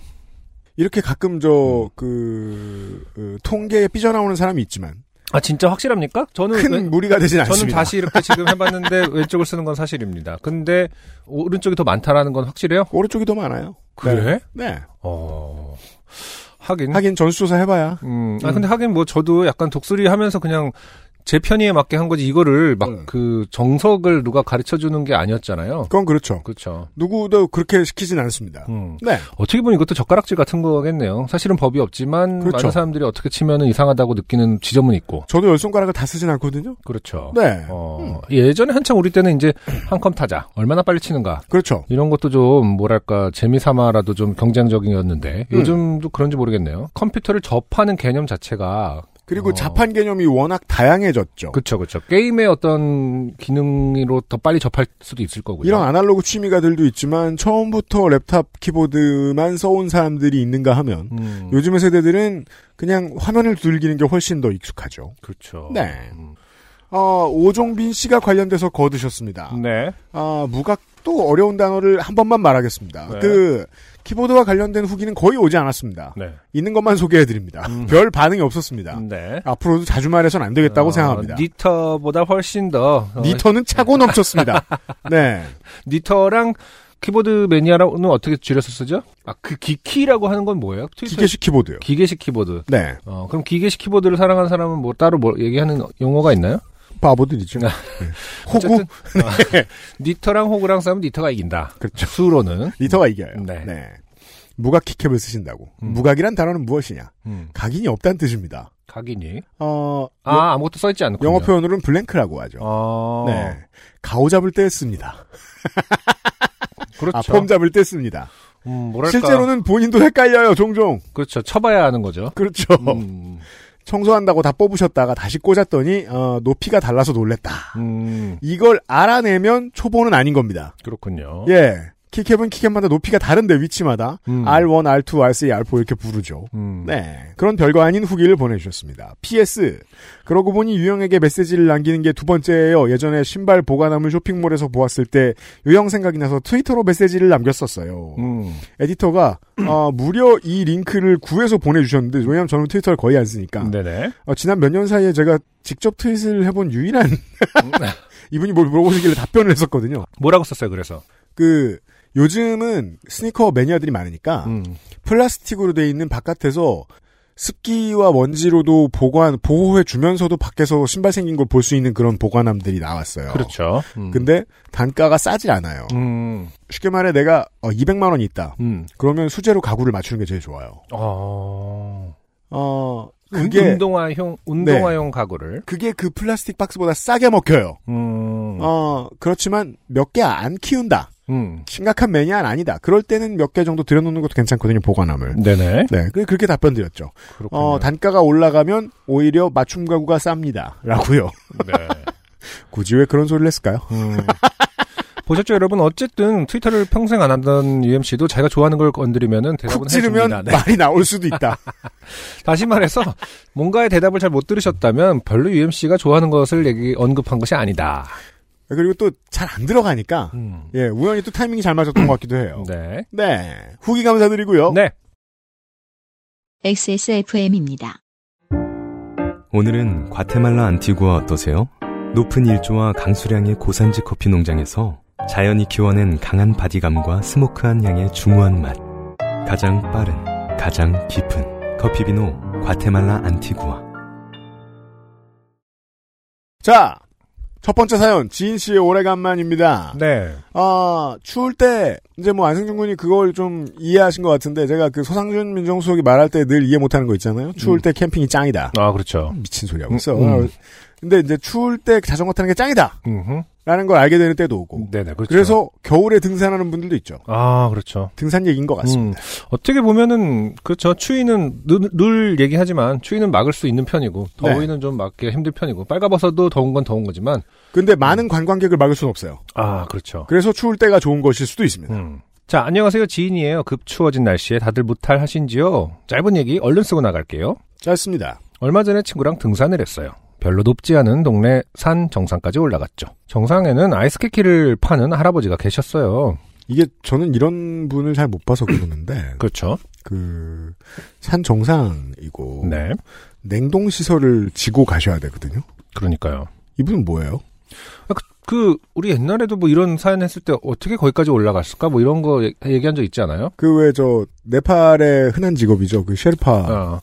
Speaker 3: 이렇게 가끔
Speaker 2: 음.
Speaker 3: 저, 그, 그 통계에 삐져나오는 사람이 있지만,
Speaker 2: 아 진짜 확실합니까? 저는
Speaker 3: 큰
Speaker 2: 왼-
Speaker 3: 무리가 되진
Speaker 2: 그, 네. 저는
Speaker 3: 않습니다.
Speaker 2: 다시 이렇게 지금 해봤는데 왼쪽을 쓰는 건 사실입니다. 근데 오른쪽이 더 많다라는 건 확실해요?
Speaker 3: 오른쪽이 더 많아요.
Speaker 2: 그래?
Speaker 3: 네.
Speaker 2: 어 하긴
Speaker 3: 하긴 전수조사 해봐야.
Speaker 2: 음, 아 근데 하긴 뭐 저도 약간 독수리 하면서 그냥 제 편의에 맞게 한 거지 이거를
Speaker 3: 음.
Speaker 2: 막 그 정석을 누가 가르쳐 주는 게 아니었잖아요.
Speaker 3: 그건 그렇죠.
Speaker 2: 그렇죠.
Speaker 3: 누구도 그렇게 시키진 않습니다.
Speaker 2: 음.
Speaker 3: 네.
Speaker 2: 어떻게 보면 이것도 젓가락질 같은 거겠네요. 사실은 법이 없지만
Speaker 3: 그렇죠.
Speaker 2: 많은 사람들이 어떻게 치면은 이상하다고 느끼는 지점은 있고.
Speaker 3: 저도 열 손가락을 다 쓰진 않거든요.
Speaker 2: 그렇죠.
Speaker 3: 네.
Speaker 2: 어, 예전에 한창 우리 때는 이제 한 컴 타자. 얼마나 빨리 치는가.
Speaker 3: 그렇죠.
Speaker 2: 이런 것도 좀 뭐랄까 재미삼아라도 좀 경쟁적이었는데
Speaker 3: 음.
Speaker 2: 요즘도 그런지 모르겠네요. 컴퓨터를 접하는 개념 자체가
Speaker 3: 그리고
Speaker 2: 어.
Speaker 3: 자판 개념이 워낙 다양해졌죠.
Speaker 2: 그쵸 그쵸 게임의 어떤 기능으로 더 빨리 접할 수도 있을 거고요.
Speaker 3: 뭐 이런 아날로그 취미가들도 있지만 처음부터 랩탑 키보드만 써온 사람들이 있는가 하면
Speaker 2: 음,
Speaker 3: 요즘의 세대들은 그냥 화면을 두들기는 게 훨씬 더 익숙하죠.
Speaker 2: 그렇죠.
Speaker 3: 네.
Speaker 2: 음.
Speaker 3: 어, 오종빈 씨가 관련돼서 거두셨습니다.
Speaker 2: 네.
Speaker 3: 아, 무각 또 어려운 단어를 한 번만 말하겠습니다.
Speaker 2: 네.
Speaker 3: 그 키보드와 관련된 후기는 거의 오지 않았습니다.
Speaker 2: 네.
Speaker 3: 있는 것만 소개해드립니다.
Speaker 2: 음.
Speaker 3: 별 반응이 없었습니다.
Speaker 2: 네.
Speaker 3: 앞으로도 자주 말해선 안 되겠다고
Speaker 2: 어,
Speaker 3: 생각합니다.
Speaker 2: 니터보다 훨씬 더 어,
Speaker 3: 니터는 차고 넘쳤습니다. 네.
Speaker 2: 니터랑 키보드 매니아라는 어떻게 줄여서 쓰죠? 아 그 기키라고 하는 건 뭐예요? 트위터
Speaker 3: 기계식 키보드요.
Speaker 2: 기계식 키보드.
Speaker 3: 네.
Speaker 2: 어 그럼 기계식 키보드를 사랑하는 사람은 뭐 따로 뭐 얘기하는 용어가 있나요?
Speaker 3: 바보들이죠.
Speaker 2: 네.
Speaker 3: 호구?
Speaker 2: 니터랑 호구랑 싸우면 니터가 이긴다.
Speaker 3: 그렇죠.
Speaker 2: 수로는.
Speaker 3: 니터가 이겨요. 네.
Speaker 2: 네.
Speaker 3: 무각 키캡을 쓰신다고.
Speaker 2: 음.
Speaker 3: 무각이란 단어는 무엇이냐?
Speaker 2: 음,
Speaker 3: 각인이 없다는 뜻입니다.
Speaker 2: 각인이.
Speaker 3: 어, 여-
Speaker 2: 아, 아무것도 써있지 않고.
Speaker 3: 영어 표현으로는 블랭크라고 하죠.
Speaker 2: 아,
Speaker 3: 네. 가오 잡을 때 씁니다.
Speaker 2: 그렇죠.
Speaker 3: 아, 폼 잡을 때 씁니다.
Speaker 2: 음, 뭐랄까.
Speaker 3: 실제로는 본인도 헷갈려요, 종종.
Speaker 2: 그렇죠. 쳐봐야 하는 거죠.
Speaker 3: 그렇죠.
Speaker 2: 음,
Speaker 3: 청소한다고 다 뽑으셨다가 다시 꽂았더니, 어, 높이가 달라서 놀랬다.
Speaker 2: 음,
Speaker 3: 이걸 알아내면 초보는 아닌 겁니다.
Speaker 2: 그렇군요.
Speaker 3: 예. 키캡은 키캡마다 높이가 다른데 위치마다
Speaker 2: 어? 음.
Speaker 3: R1, R2, R3, R4 이렇게 부르죠.
Speaker 2: 음,
Speaker 3: 네. 그런 별거 아닌 후기를 보내주셨습니다. PS. 그러고 보니 유영에게 메시지를 남기는 게 두 번째예요. 예전에 신발 보관함을 쇼핑몰에서 보았을 때 유영 생각이 나서 트위터로 메시지를 남겼었어요.
Speaker 2: 음,
Speaker 3: 에디터가 어, 무려 이 링크를 구해서 보내주셨는데 왜냐면 저는 트위터를 거의 안 쓰니까
Speaker 2: 네네.
Speaker 3: 어, 지난 몇 년 사이에 제가 직접 트윗을 해본 유일한 이분이 뭘 물어보시길래 답변을 했었거든요.
Speaker 2: 뭐라고 썼어요, 그래서?
Speaker 3: 그 요즘은 스니커 매니아들이 많으니까
Speaker 2: 음,
Speaker 3: 플라스틱으로 돼 있는 바깥에서 습기와 먼지로도 보관 보호해 주면서도 밖에서 신발 생긴 걸 볼 수 있는 그런 보관함들이 나왔어요.
Speaker 2: 그렇죠. 음,
Speaker 3: 근데 단가가 싸지 않아요.
Speaker 2: 음,
Speaker 3: 쉽게 말해 내가 어, 200만 원이 있다.
Speaker 2: 음,
Speaker 3: 그러면 수제로 가구를 맞추는 게 제일 좋아요.
Speaker 2: 어,
Speaker 3: 어
Speaker 2: 그게
Speaker 3: 그게
Speaker 2: 음, 운동화용, 운동화용 가구를.
Speaker 3: 그게 그 플라스틱 박스보다 싸게 먹혀요.
Speaker 2: 음,
Speaker 3: 네. 어 그렇지만 몇 개 안 키운다.
Speaker 2: 음,
Speaker 3: 심각한 매니아는 아니다. 그럴 때는 몇 개 정도 들여놓는 것도 괜찮거든요. 보관함을.
Speaker 2: 네네.
Speaker 3: 네, 그- 그렇게 답변 드렸죠.
Speaker 2: 그렇군요.
Speaker 3: 어, 단가가 올라가면 오히려 맞춤 가구가 쌉니다. 라고요.
Speaker 2: 네.
Speaker 3: 굳이 왜 그런 소리를 했을까요?
Speaker 2: 음. 보셨죠, 여러분? 어쨌든 트위터를 평생 안 하던 UMC도 자기가 좋아하는 걸 건드리면은 대답은
Speaker 3: 쿡 찌르면
Speaker 2: 해줍니다. 네.
Speaker 3: 말이 나올 수도 있다.
Speaker 2: 다시 말해서 뭔가의 대답을 잘 못 들으셨다면 별로 UMC가 좋아하는 것을 얘기 언급한 것이 아니다.
Speaker 3: 그리고 또 잘 안 들어가니까
Speaker 2: 음.
Speaker 3: 예, 우연히 또 타이밍이 잘 맞았던 것 같기도 해요.
Speaker 2: 네.
Speaker 3: 네, 후기 감사드리고요.
Speaker 2: 네.
Speaker 1: XSFM입니다.
Speaker 8: 오늘은 과테말라 안티구아 어떠세요? 높은 일조와 강수량의 고산지 커피 농장에서 자연이 키워낸 강한 바디감과 스모크한 향의 중후한 맛. 가장 빠른, 가장 깊은 커피 비노 과테말라 안티구아.
Speaker 3: 자, 첫 번째 사연 지인 씨의 오래간만입니다.
Speaker 2: 네.
Speaker 3: 아, 추울 때 이제 뭐 안승준 군이 그걸 좀 이해하신 것 같은데 제가 그 소상준 민정수석이 말할 때 늘 이해 못하는 거 있잖아요. 추울
Speaker 2: 음.
Speaker 3: 때 캠핑이 짱이다.
Speaker 2: 아, 그렇죠.
Speaker 3: 미친 소리 하고 있어.
Speaker 2: 음, 음.
Speaker 3: 근데 이제 추울 때 자전거 타는 게 짱이다.
Speaker 2: 음흠.
Speaker 3: 라는 걸 알게 되는 때도 오고.
Speaker 2: 네네. 그렇죠.
Speaker 3: 그래서 겨울에 등산하는 분들도 있죠.
Speaker 2: 아, 그렇죠.
Speaker 3: 등산 얘기인 것 같습니다.
Speaker 2: 음, 어떻게 보면은 그렇죠. 추위는 늘, 늘 얘기하지만 추위는 막을 수 있는 편이고 더위는 좀 막기 힘든 편이고 빨가벗어도 더운 건 더운 거지만
Speaker 3: 근데 많은 관광객을 막을 수는 없어요.
Speaker 2: 아, 그렇죠.
Speaker 3: 그래서 추울 때가 좋은 것일 수도 있습니다.
Speaker 2: 음. 자, 안녕하세요. 지인이에요. 급 추워진 날씨에 다들 무탈 하신지요? 짧은 얘기 얼른 쓰고 나갈게요.
Speaker 3: 짧습니다.
Speaker 2: 얼마 전에 친구랑 등산을 했어요. 별로 높지 않은 동네 산 정상까지 올라갔죠. 정상에는 아이스케키를 파는 할아버지가 계셨어요.
Speaker 3: 이게 저는 이런 분을 잘 못 봐서 그러는데
Speaker 2: 그렇죠.
Speaker 3: 그 산 정상이고
Speaker 2: 네.
Speaker 3: 냉동 시설을 지고 가셔야 되거든요.
Speaker 2: 그러니까요.
Speaker 3: 이분은 뭐예요?
Speaker 2: 그 우리 옛날에도 뭐 이런 사연 했을 때 어떻게 거기까지 올라갔을까 뭐 이런 거 얘- 얘기한 적 있지 않아요?
Speaker 3: 그 왜 저 네팔의 흔한 직업이죠. 그 쉘파.
Speaker 2: 어.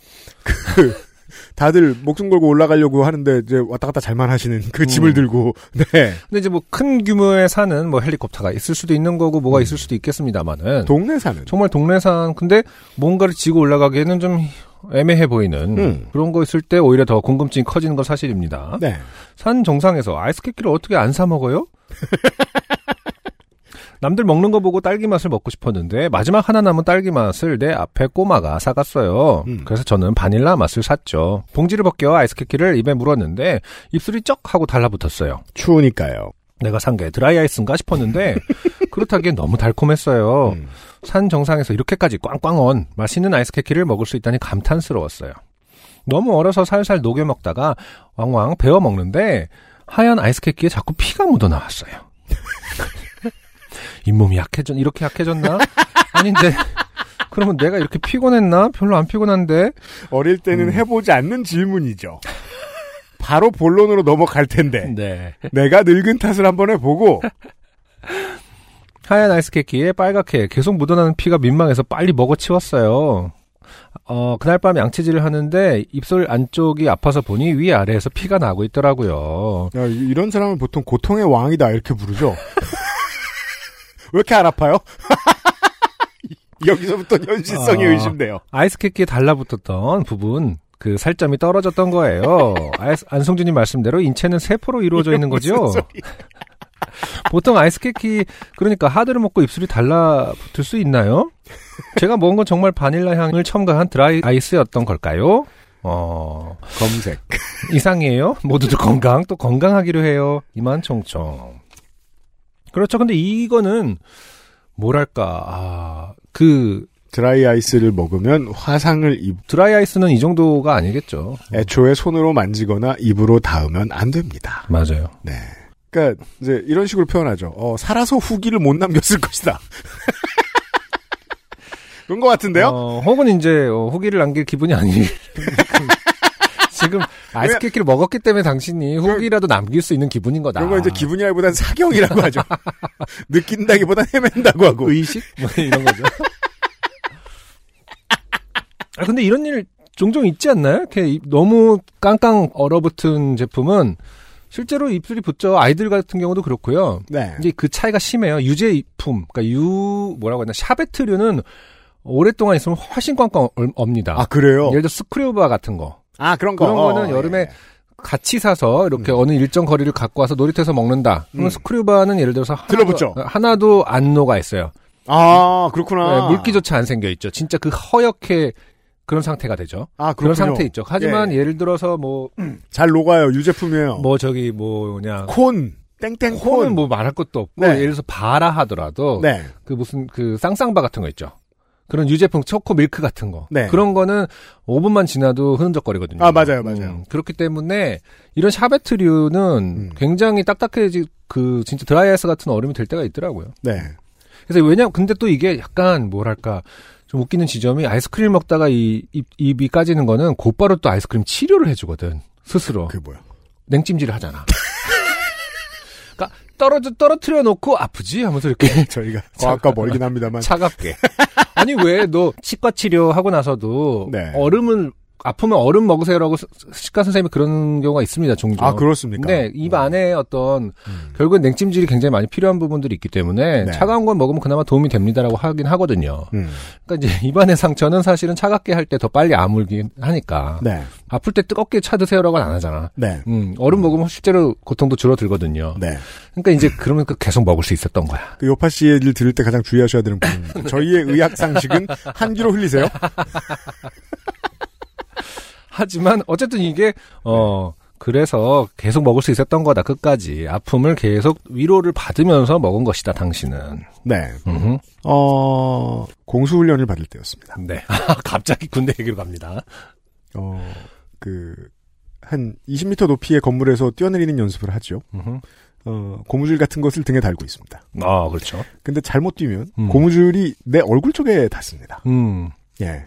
Speaker 3: 다들 목숨 걸고 올라가려고 하는데 이제 왔다 갔다 잘만 하시는 그 짐을 들고 네.
Speaker 2: 근데 이제 뭐 큰 규모의 산은 뭐 헬리콥터가 있을 수도 있는 거고 뭐가 있을 수도 있겠습니다만은
Speaker 3: 동네 사는
Speaker 2: 정말 동네산 근데 뭔가를 지고 올라가기에는 좀 애매해 보이는
Speaker 3: 음.
Speaker 2: 그런 거 있을 때 오히려 더 궁금증이 커지는 건 사실입니다.
Speaker 3: 네.
Speaker 2: 산 정상에서 아이스크림을 어떻게 안 사 먹어요? 남들 먹는 거 보고 딸기 맛을 먹고 싶었는데 마지막 하나 남은 딸기 맛을 내 앞에 꼬마가 사갔어요.
Speaker 3: 음.
Speaker 2: 그래서 저는 바닐라 맛을 샀죠. 봉지를 벗겨 아이스크림을 입에 물었는데 입술이 쩍 하고 달라붙었어요.
Speaker 3: 추우니까요.
Speaker 2: 내가 산 게 드라이아이스인가 싶었는데 그렇다기엔 너무 달콤했어요.
Speaker 3: 음.
Speaker 2: 산 정상에서 이렇게까지 꽝꽝언 맛있는 아이스케키를 먹을 수 있다니 감탄스러웠어요. 너무 얼어서 살살 녹여 먹다가 왕왕 베어 먹는데 하얀 아이스케키에 자꾸 피가 묻어 나왔어요. 잇몸이 약해졌 이렇게 약해졌나? 아닌데 그러면 내가 이렇게 피곤했나? 별로 안 피곤한데
Speaker 3: 어릴 때는 해보지 않는 질문이죠. 바로 본론으로 넘어갈 텐데
Speaker 2: 네.
Speaker 3: 내가 늙은 탓을 한번 해보고
Speaker 2: 하얀 아이스케키에 빨갛게 계속 묻어나는 피가 민망해서 빨리 먹어치웠어요. 어, 그날 밤 양치질을 하는데 입술 안쪽이 아파서 보니 위아래에서 피가 나고 있더라고요.
Speaker 3: 야, 이- 이런 사람은 보통 고통의 왕이다 이렇게 부르죠. 왜 이렇게 안 아파요? 여기서부터 현실성이
Speaker 2: 아.
Speaker 3: 의심돼요.
Speaker 2: 아이스케키에 달라붙었던 부분, 그 살점이 떨어졌던 거예요. 아이스- 안성준님 말씀대로 인체는 세포로 이루어져 있는 거죠? 보통 아이스케키, 그러니까 하드를 먹고 입술이 달라붙을 수 있나요? 제가 먹은 건 정말 바닐라 향을 첨가한 드라이 아이스였던 걸까요? 어,
Speaker 3: 검색.
Speaker 2: 이상이에요. 모두들 건강, 또 건강하기로 해요. 이만 총총. 그렇죠. 근데 이거는, 뭐랄까, 아, 그,
Speaker 3: 드라이 아이스를 먹으면 화상을 입,
Speaker 2: 드라이 아이스는 이 정도가 아니겠죠.
Speaker 3: 애초에 손으로 만지거나 입으로 닿으면 안 됩니다.
Speaker 2: 맞아요.
Speaker 3: 네. 그러니까 이제 이런 식으로 표현하죠. 어, 살아서 후기를 못 남겼을 것이다. 그런 것 같은데요?
Speaker 2: 어, 혹은 이제 어, 후기를 남길 기분이 아니. 지금 아이스케이크를 먹었기 때문에 당신이 후기라도 남길 수 있는 기분인 거다.
Speaker 3: 그런 거그 이제 기분이라기보단 사경이라고 하죠. 느낀다기보단 헤맨다고 하고.
Speaker 2: 의식 뭐 이런 거죠. 아 근데 이런 일 종종 있지 않나요? 이렇게 입- 너무 깡깡 얼어붙은 제품은 실제로 입술이 붙죠. 아이들 같은 경우도 그렇고요.
Speaker 3: 네.
Speaker 2: 이제 그 차이가 심해요. 유제품, 그러니까 유 뭐라고 했나 샤베트류는 오랫동안 있으면 훨씬 꽝꽝 얼- 업니다.
Speaker 3: 아, 그래요?
Speaker 2: 예를 들어 스크류바 같은 거
Speaker 3: 아, 그런 거.
Speaker 2: 그런 거는
Speaker 3: 어,
Speaker 2: 여름에
Speaker 3: 예.
Speaker 2: 같이 사서 이렇게 어느 일정 거리를 갖고 와서 놀이터에서 먹는다. 그러면
Speaker 3: 음.
Speaker 2: 스크류바는 예를 들어서 하나도,
Speaker 3: 들어붙죠.
Speaker 2: 하나도 안 녹아 있어요.
Speaker 3: 아, 그렇구나.
Speaker 2: 네, 물기조차 안 생겨 있죠. 진짜 그 허옇게 그런 상태가 되죠.
Speaker 3: 아,
Speaker 2: 그런
Speaker 3: 그렇군요.
Speaker 2: 상태 있죠. 하지만 뭐
Speaker 3: 예. 음.
Speaker 2: 예. 를 들어서 뭐 뭐
Speaker 3: 잘 녹아요. 유제품이에요.
Speaker 2: 저기 뭐냐
Speaker 3: 콘. 땡땡 콘.
Speaker 2: 콩은 뭐 말할 것도 없고
Speaker 3: 네.
Speaker 2: 예를 들어서 바라 하더라도
Speaker 3: 네.
Speaker 2: 그 무슨 그 쌍쌍바 같은 거 있죠. 그런 유제품 초코 밀크 같은 거
Speaker 3: 네.
Speaker 2: 그런 거는 5분만 지나도 흐른적거리거든요. 음,
Speaker 3: 아, 맞아요, 맞아요.
Speaker 2: 그렇기 때문에 이런 샤베트류는
Speaker 3: 음.
Speaker 2: 굉장히 딱딱해지 그 진짜 드라이아이스 같은 얼음이 될 때가 있더라고요.
Speaker 3: 네.
Speaker 2: 그래서 왜냐 근데 또 이게 약간 뭐랄까 좀 웃기는 지점이 아이스크림 먹다가 이 입, 입이 까지는 거는 곧바로 또 아이스크림 치료를 해주거든 스스로
Speaker 3: 그게 뭐야?
Speaker 2: 냉찜질을 하잖아. 그러니까 떨어져 떨어뜨려 놓고 아프지 하면서 이렇게
Speaker 3: 저희가 과학과 멀긴 합니다만.
Speaker 2: 차갑게. 아니 왜 너 치과 치료 하고 나서도
Speaker 3: 네.
Speaker 2: 얼음을 아프면 얼음 먹으세요라고 스- 치과 선생님이 그런 경우가 있습니다 종종.
Speaker 3: 아, 그렇습니까?
Speaker 2: 근데 네, 입
Speaker 3: 어.
Speaker 2: 안에 어떤
Speaker 3: 음.
Speaker 2: 결국엔 냉찜질이 굉장히 많이 필요한 부분들이 있기 때문에
Speaker 3: 네.
Speaker 2: 차가운 걸 먹으면 그나마 도움이 됩니다라고 하긴 하거든요.
Speaker 3: 음.
Speaker 2: 그러니까 이제 입안의 상처는 사실은 차갑게 할 때 더 빨리 아물긴 하니까
Speaker 3: 네.
Speaker 2: 아플 때 뜨겁게 차 드세요라고는 안 하잖아.
Speaker 3: 네.
Speaker 2: 음, 얼음 먹으면 실제로 고통도 줄어들거든요.
Speaker 3: 네.
Speaker 2: 그러니까 이제 그러면 그 계속 먹을 수 있었던 거야.
Speaker 3: 그 요파 씨의 일 들을 때 가장 주의하셔야 되는
Speaker 2: 음.
Speaker 3: 부분입니다. 저희의 의학 상식은 한 귀로 흘리세요.
Speaker 2: 하지만 어쨌든 이게 어 그래서 계속 먹을 수 있었던 거다 끝까지 아픔을 계속 위로를 받으면서 먹은 것이다 당신은.
Speaker 3: 네.
Speaker 2: 음흠.
Speaker 3: 어, 공수훈련을 받을 때였습니다.
Speaker 2: 네. 갑자기 군대 얘기로 갑니다.
Speaker 3: 어, 그, 한 20m 높이의 건물에서 뛰어내리는 연습을 하죠.
Speaker 2: 음흠.
Speaker 3: 어, 고무줄 같은 것을 등에 달고 있습니다.
Speaker 2: 아, 그렇죠.
Speaker 3: 근데 잘못 뛰면
Speaker 2: 음.
Speaker 3: 고무줄이 내 얼굴 쪽에 닿습니다.
Speaker 2: 음.
Speaker 3: 예.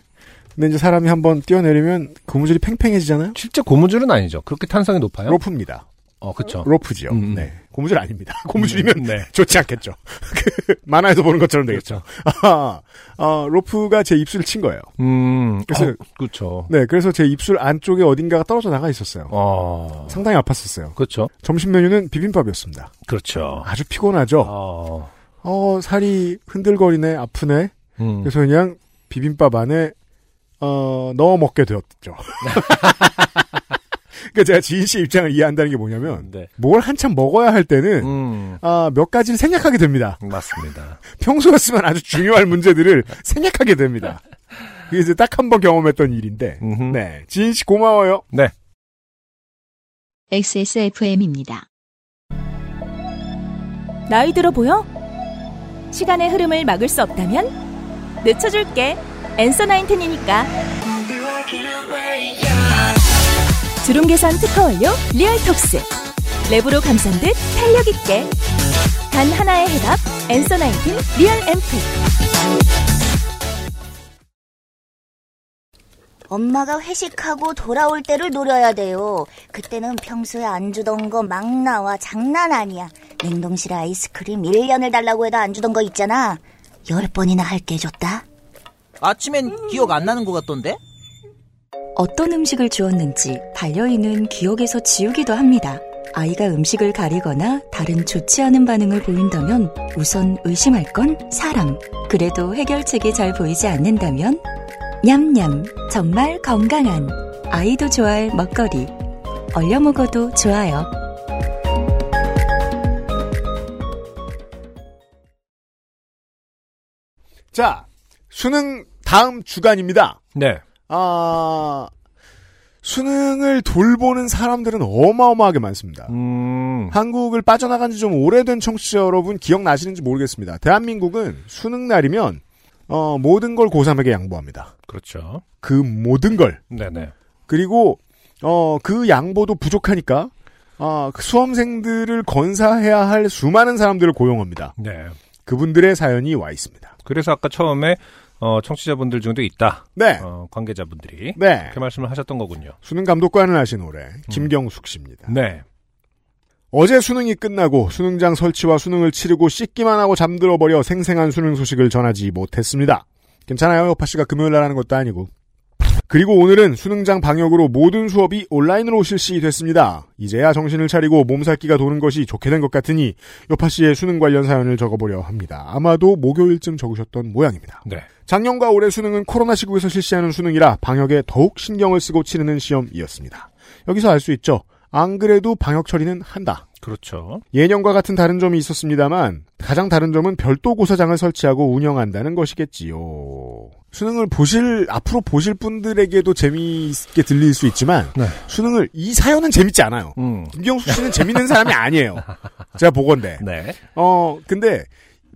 Speaker 3: 근데 이제 사람이 한번 뛰어내리면 고무줄이 팽팽해지잖아요.
Speaker 2: 실제 고무줄은 아니죠. 그렇게 탄성이 높아요?
Speaker 3: 로프입니다.
Speaker 2: 어, 그렇죠.
Speaker 3: 로프지요.
Speaker 2: 음.
Speaker 3: 네. 고무줄 아닙니다. 고무줄이면
Speaker 2: 음, 네.
Speaker 3: 좋지 않겠죠. 그 만화에서 보는 것처럼 되겠죠. 아, 아, 로프가 제 입술을 친 거예요.
Speaker 2: 음.
Speaker 3: 그래서-
Speaker 2: 어, 그렇죠.
Speaker 3: 네, 그래서 제 입술 안쪽에 어딘가가 떨어져 나가 있었어요.
Speaker 2: 어.
Speaker 3: 상당히 아팠었어요.
Speaker 2: 그렇죠.
Speaker 3: 점심 메뉴는 비빔밥이었습니다.
Speaker 2: 그렇죠.
Speaker 3: 아주 피곤하죠.
Speaker 2: 어.
Speaker 3: 어, 살이 흔들거리네, 아프네.
Speaker 2: 음.
Speaker 3: 그래서 그냥 비빔밥 안에 어, 넣어 먹게 되었죠. 그러니까 제가 지인 씨 입장을 이해한다는 게 뭐냐면
Speaker 2: 네.
Speaker 3: 뭘 한참 먹어야 할 때는
Speaker 2: 음.
Speaker 3: 아, 몇 가지를 생략하게 됩니다.
Speaker 2: 맞습니다.
Speaker 3: 평소였으면 아주 중요한 문제들을 생략하게 됩니다. 그게 이제 딱 한 번 경험했던 일인데.
Speaker 2: 음흠. 네.
Speaker 3: 네. 지인 씨 고마워요.
Speaker 1: XSFM입니다.
Speaker 6: 나이 들어 보여? 시간의 흐름을 막을 수 없다면 늦춰줄게. 엔서 나인텐이니까. 주름 개선 특허 완료 리얼톡스 랩으로 감싼 듯 탄력 있게 단 하나의 해답 엔서 나인틴 리얼 앰프
Speaker 4: 엄마가 회식하고 돌아올 때를 노려야 돼요. 그때는 평소에 안 주던 거 막 나와 장난 아니야. 냉동실에 아이스크림 1년을 달라고 해도 안 주던 거 있잖아. 열 번이나 할게 줬다.
Speaker 9: 아침엔 기억 안 나는 것 같던데?
Speaker 10: 어떤 음식을 주었는지 반려인은 기억에서 지우기도 합니다. 아이가 음식을 가리거나 다른 좋지 않은 반응을 보인다면 우선 의심할 건 사람. 그래도 해결책이 잘 보이지 않는다면 냠냠 정말 건강한 아이도 좋아할 먹거리 얼려 먹어도 좋아요.
Speaker 3: 자, 수능 다음 주간입니다.
Speaker 2: 네.
Speaker 3: 아, 수능을 돌보는 사람들은 어마어마하게 많습니다.
Speaker 2: 음.
Speaker 3: 한국을 빠져나간 지 좀 오래된 청취자 여러분 기억나시는지 모르겠습니다. 대한민국은 수능 날이면 어, 모든 걸 고3에게 양보합니다.
Speaker 2: 그렇죠.
Speaker 3: 그 모든 걸
Speaker 2: 네네.
Speaker 3: 그리고 어, 그 양보도 부족하니까 아, 그 수험생들을 건사해야 할 수많은 사람들을 고용합니다.
Speaker 2: 네.
Speaker 3: 그분들의 사연이 와 있습니다.
Speaker 2: 그래서 아까 처음에 어, 청취자분들 중에도 있다.
Speaker 3: 네.
Speaker 2: 어, 관계자분들이
Speaker 3: 네.
Speaker 2: 그렇게 말씀을 하셨던 거군요.
Speaker 3: 수능 감독관을 하신 올해 김경숙 씨입니다.
Speaker 2: 네.
Speaker 3: 어제 수능이 끝나고 수능장 설치와 수능을 치르고 씻기만 하고 잠들어 버려 생생한 수능 소식을 전하지 못했습니다. 괜찮아요. 여파 씨가 금요일 날 하는 것도 아니고. 그리고 오늘은 수능장 방역으로 모든 수업이 온라인으로 실시됐습니다. 이제야 정신을 차리고 몸살기가 도는 것이 좋게 된 것 같으니 여파 씨의 수능 관련 사연을 적어보려 합니다. 아마도 목요일쯤 적으셨던 모양입니다.
Speaker 2: 네.
Speaker 3: 작년과 올해 수능은 코로나 시국에서 실시하는 수능이라 방역에 더욱 신경을 쓰고 치르는 시험이었습니다. 여기서 알 수 있죠. 안 그래도 방역 처리는 한다.
Speaker 2: 그렇죠.
Speaker 3: 예년과 같은 다른 점이 있었습니다만 가장 다른 점은 별도 고사장을 설치하고 운영한다는 것이겠지요. 수능을 보실 앞으로 보실 분들에게도 재미있게 들릴 수 있지만
Speaker 2: 네.
Speaker 3: 수능을 이 사연은 재밌지 않아요.
Speaker 2: 음.
Speaker 3: 김경수 씨는 재밌는 사람이 아니에요. 제가 보건데
Speaker 2: 네.
Speaker 3: 어 근데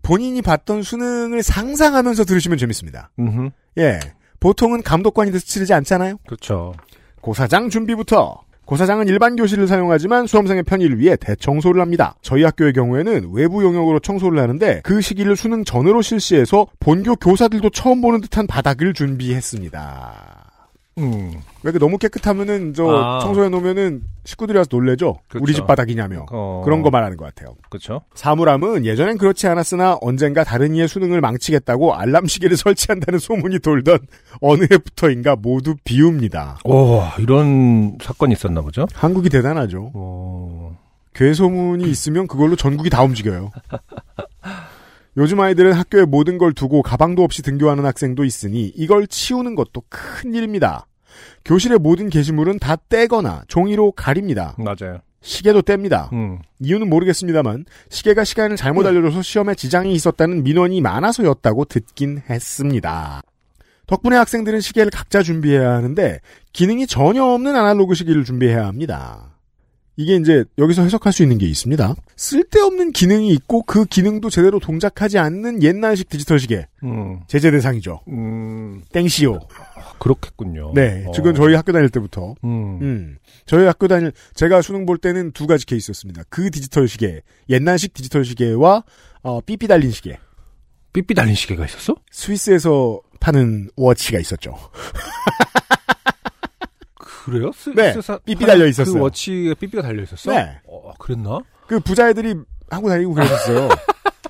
Speaker 3: 본인이 봤던 수능을 상상하면서 들으시면 재밌습니다.
Speaker 2: 음.
Speaker 3: 예. 보통은 감독관이 돼서 치르지 않잖아요?
Speaker 2: 그렇죠.
Speaker 3: 고사장 준비부터. 고사장은 일반 교실을 사용하지만 수험생의 편의를 위해 대청소를 합니다. 저희 학교의 경우에는 외부 영역으로 청소를 하는데 그 시기를 수능 전으로 실시해서 본교 교사들도 처음 보는 듯한 바닥을 준비했습니다.
Speaker 2: 음.
Speaker 3: 왜 이렇게 너무 깨끗하면은 저
Speaker 2: 아.
Speaker 3: 청소해 놓으면은 식구들이 와서 놀래죠.
Speaker 2: 그렇죠.
Speaker 3: 우리 집 바닥이냐며.
Speaker 2: 어.
Speaker 3: 그런 거 말하는 것 같아요.
Speaker 2: 그렇죠.
Speaker 3: 사물함은 예전엔 그렇지 않았으나 언젠가 다른 이의 수능을 망치겠다고 알람 시계를 설치한다는 소문이 돌던 어느 해부터인가 모두 비웁니다.
Speaker 2: 오, 이런 사건이 있었나 보죠.
Speaker 3: 한국이 대단하죠.
Speaker 2: 오.
Speaker 3: 괴소문이 있으면 그걸로 전국이 다 움직여요. 요즘 아이들은 학교에 모든 걸 두고 가방도 없이 등교하는 학생도 있으니 이걸 치우는 것도 큰 일입니다. 교실의 모든 게시물은 다 떼거나 종이로 가립니다.
Speaker 2: 맞아요.
Speaker 3: 시계도 뗍니다.
Speaker 2: 음.
Speaker 3: 이유는 모르겠습니다만 시계가 시간을 잘못 알려줘서 시험에 지장이 있었다는 민원이 많아서였다고 듣긴 했습니다. 덕분에 학생들은 시계를 각자 준비해야 하는데 기능이 전혀 없는 아날로그 시계를 준비해야 합니다. 이게 이제 여기서 해석할 수 있는 게 있습니다. 쓸데없는 기능이 있고 그 기능도 제대로 동작하지 않는 옛날식 디지털 시계
Speaker 2: 음.
Speaker 3: 제재 대상이죠.
Speaker 2: 음.
Speaker 3: 땡시오.
Speaker 2: 그렇겠군요.
Speaker 3: 네,
Speaker 2: 어.
Speaker 3: 지금 저희 학교 다닐 때부터
Speaker 2: 음.
Speaker 3: 음. 저희 학교 다닐 제가 수능 볼 때는 두 가지 케이스였습니다. 그 디지털 시계, 옛날식 디지털 시계와 어, 삐삐 달린 시계.
Speaker 2: 삐삐 달린 시계가 있었어?
Speaker 3: 스위스에서 파는 워치가 있었죠.
Speaker 2: 그래요? 스,
Speaker 3: 네,
Speaker 2: 스사-
Speaker 3: 삐삐 달려
Speaker 2: 그
Speaker 3: 있었어요.
Speaker 2: 워치에 삐삐가 달려 있었어?
Speaker 3: 네.
Speaker 2: 어, 그랬나?
Speaker 3: 그 부자애들이 하고 다니고 그랬었어요.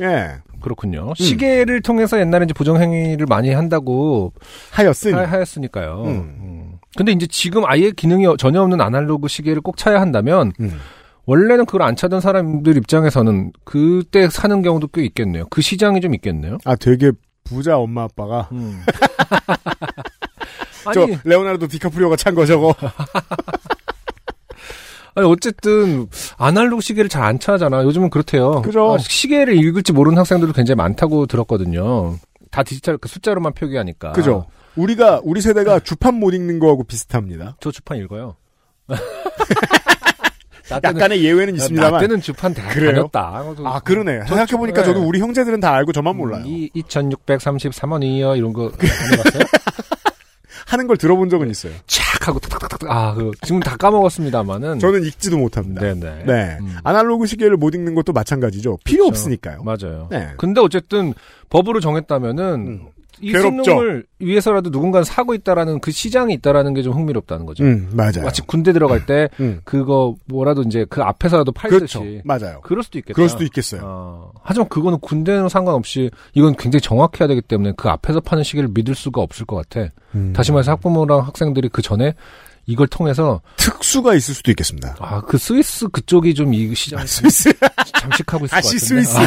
Speaker 3: 예,
Speaker 2: 그렇군요. 시계를 통해서 옛날에 이제 부정행위를 많이 한다고
Speaker 3: 하여튼
Speaker 2: 하, 하였으니까요.
Speaker 3: 음.
Speaker 2: 음. 근데 이제 지금 아예 기능이 전혀 없는 아날로그 시계를 꼭 차야 한다면
Speaker 3: 음.
Speaker 2: 원래는 그걸 안 차던 사람들 입장에서는 그때 사는 경우도 꽤 있겠네요. 그 시장이 좀 있겠네요.
Speaker 3: 아 되게 부자 엄마 아빠가
Speaker 2: 음.
Speaker 3: 저
Speaker 2: 아니,
Speaker 3: 레오나르도 디카프리오가 찬 거 저거.
Speaker 2: 아니, 어쨌든 아날로그 시계를 잘 안 차잖아. 요즘은 그렇대요.
Speaker 3: 그죠.
Speaker 2: 아, 시계를 읽을지 모르는 학생들도 굉장히 많다고 들었거든요. 다 디지털 그 숫자로만 표기하니까.
Speaker 3: 그죠? 우리가 우리 세대가 주판 못 읽는 거하고 비슷합니다.
Speaker 2: 저 주판 읽어요. 나 아, 때는-
Speaker 3: 약간의 예외는
Speaker 2: 나
Speaker 3: 있습니다만.
Speaker 2: 때는 주판 다
Speaker 3: 그래요?
Speaker 2: 다녔다.
Speaker 3: 아 그러네.
Speaker 2: 저
Speaker 3: 생각해 보니까
Speaker 2: 주-
Speaker 3: 저도 우리 형제들은 다 알고 저만 몰라요.
Speaker 2: 이 2633원이요. 이런 거 다녀봤어요?
Speaker 3: 하는 걸 들어본 적은 있어요.
Speaker 2: 착 하고 탁탁탁탁. 아, 그 지금 다 까먹었습니다만은.
Speaker 3: 저는 읽지도 못합니다.
Speaker 2: 네, 네.
Speaker 3: 네. 아날로그 시계를 못 읽는 것도 마찬가지죠. 필요
Speaker 2: 그렇죠.
Speaker 3: 없으니까요.
Speaker 2: 맞아요.
Speaker 3: 네.
Speaker 2: 근데 어쨌든 법으로 정했다면은
Speaker 3: 음.
Speaker 2: 이
Speaker 3: 괴롭죠.
Speaker 2: 수능을 위해서라도 누군가 사고 있다라는 그 시장이 있다라는 게 좀 흥미롭다는 거죠.
Speaker 3: 음, 맞아요.
Speaker 2: 마치 군대 들어갈 때
Speaker 3: 음.
Speaker 2: 그거 뭐라도 이제 그 앞에서라도 팔듯이
Speaker 3: 그렇죠. 맞아요.
Speaker 2: 그럴 수도 있겠다.
Speaker 3: 그럴 수도 있겠어요.
Speaker 2: 어, 하지만 그거는 군대는 상관없이 이건 굉장히 정확해야 되기 때문에 그 앞에서 파는 시계를 믿을 수가 없을 것 같아.
Speaker 3: 음.
Speaker 2: 다시 말해서 학부모랑 학생들이 그 전에 이걸 통해서
Speaker 3: 특수가 있을 수도 있겠습니다.
Speaker 2: 아 그 스위스 그쪽이 좀 이 시장
Speaker 3: 스위스
Speaker 2: 잠식하고 있을 것
Speaker 3: 다시
Speaker 2: 같은데.
Speaker 3: 스위스
Speaker 2: 아,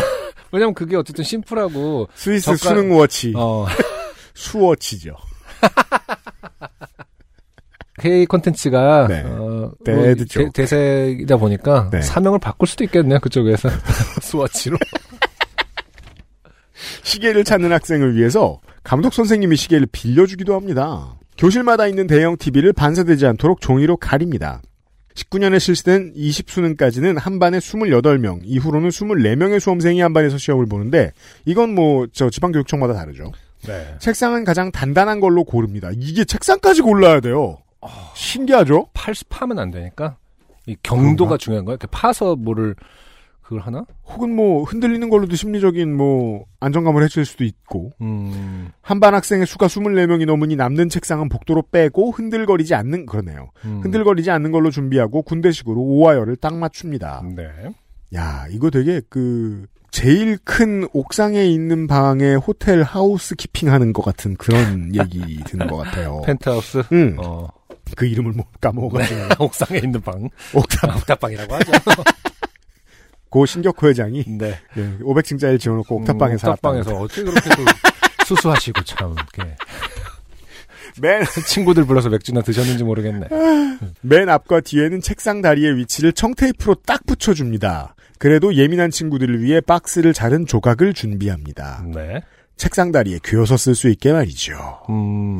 Speaker 2: 왜냐면 그게 어쨌든 심플하고
Speaker 3: 스위스
Speaker 2: 저가-
Speaker 3: 수능 워치
Speaker 2: 어,
Speaker 3: 수워치죠.
Speaker 2: K 콘텐츠가
Speaker 3: 네.
Speaker 2: 어,
Speaker 3: 데드
Speaker 2: 뭐
Speaker 3: 조크.
Speaker 2: 대, 세이다 보니까
Speaker 3: 네.
Speaker 2: 사명을 바꿀 수도 있겠네요 그쪽에서 스와치로.
Speaker 3: 시계를 찾는 학생을 위해서 감독 선생님이 시계를 빌려주기도 합니다. 교실마다 있는 대형 TV를 반사되지 않도록 종이로 가립니다. 19년에 실시된 20수능까지는 한 반에 28명, 이후로는 24명의 수험생이 한 반에서 시험을 보는데 이건 뭐 저 지방교육청마다 다르죠.
Speaker 2: 네.
Speaker 3: 책상은 가장 단단한 걸로 고릅니다. 이게 책상까지 골라야 돼요. 신기하죠?
Speaker 2: 팔 파면 안 되니까 이 경도가
Speaker 3: 그런가?
Speaker 2: 중요한 거야. 이렇게 파서 뭐를 그걸 하나?
Speaker 3: 혹은 뭐 흔들리는 걸로도 심리적인 뭐 안정감을 해줄 수도 있고
Speaker 2: 음,
Speaker 3: 한반 학생의 수가 24명이 넘으니 남는 책상은 복도로 빼고 흔들거리지 않는 그러네요.
Speaker 2: 음.
Speaker 3: 흔들거리지 않는 걸로 준비하고 군대식으로 오와열을 딱 맞춥니다.
Speaker 2: 네.
Speaker 3: 야, 이거 되게 그 제일 큰 옥상에 있는 방에 호텔 하우스 키핑 하는 것 같은 그런 얘기 드는 것 같아요.
Speaker 2: 펜트하우스.
Speaker 3: 음,
Speaker 2: 어,
Speaker 3: 그 이름을 못 까먹어가지고.
Speaker 2: 옥상에 있는 방. 아,
Speaker 3: 옥탑,
Speaker 2: 옥탑방이라고 하죠.
Speaker 3: 고 신격호 회장이
Speaker 2: 네.
Speaker 3: 500층짜리를 지어놓고 옥탑방에
Speaker 2: 음,
Speaker 3: 살았다.
Speaker 2: 옥탑방에서 어떻게 그렇게 또 수수하시고 참 이렇게
Speaker 3: 맨
Speaker 2: 친구들 불러서 맥주나 드셨는지 모르겠네.
Speaker 3: 맨 앞과 뒤에는 책상 다리의 위치를 청테이프로 딱 붙여줍니다. 그래도 예민한 친구들을 위해 박스를 자른 조각을 준비합니다.
Speaker 2: 네.
Speaker 3: 책상 다리에 귀여서 쓸 수 있게 말이죠.
Speaker 2: 음.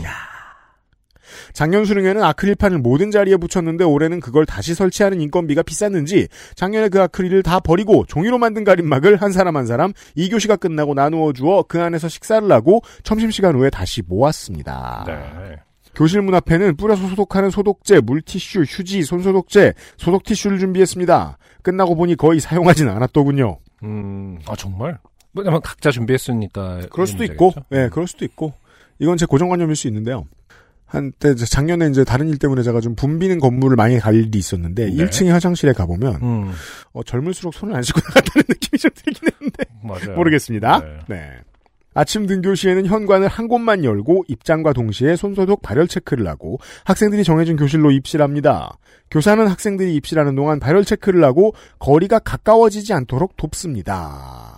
Speaker 3: 작년 수능에는 아크릴판을 모든 자리에 붙였는데 올해는 그걸 다시 설치하는 인건비가 비쌌는지 작년에 그 아크릴을 다 버리고 종이로 만든 가림막을 한 사람 한 사람 2교시가 끝나고 나누어 주어 그 안에서 식사를 하고 점심시간 후에 다시 모았습니다.
Speaker 2: 네.
Speaker 3: 교실 문 앞에는 뿌려서 소독하는 소독제, 물티슈, 휴지, 손소독제, 소독티슈를 준비했습니다. 끝나고 보니 거의 사용하진 않았더군요.
Speaker 2: 음. 아 정말? 왜냐면 각자 준비했으니까.
Speaker 3: 그럴 수도
Speaker 2: 문제겠죠?
Speaker 3: 있고, 예, 그럴 수도 있고. 이건 제 고정관념일 수 있는데요. 한때 이제 작년에 이제 다른 일 때문에 제가 좀 붐비는 건물을 많이 갈 일이 있었는데
Speaker 2: 네.
Speaker 3: 1층의 화장실에 가보면
Speaker 2: 음.
Speaker 3: 어, 젊을수록 손을 안 씻고 나갔다는 느낌이 좀 들긴 했는데
Speaker 2: 맞아요.
Speaker 3: 모르겠습니다.
Speaker 2: 네.
Speaker 3: 네. 아침 등교 시에는 현관을 한 곳만 열고 입장과 동시에 손소독 발열 체크를 하고 학생들이 정해진 교실로 입실합니다. 교사는 학생들이 입실하는 동안 발열 체크를 하고 거리가 가까워지지 않도록 돕습니다.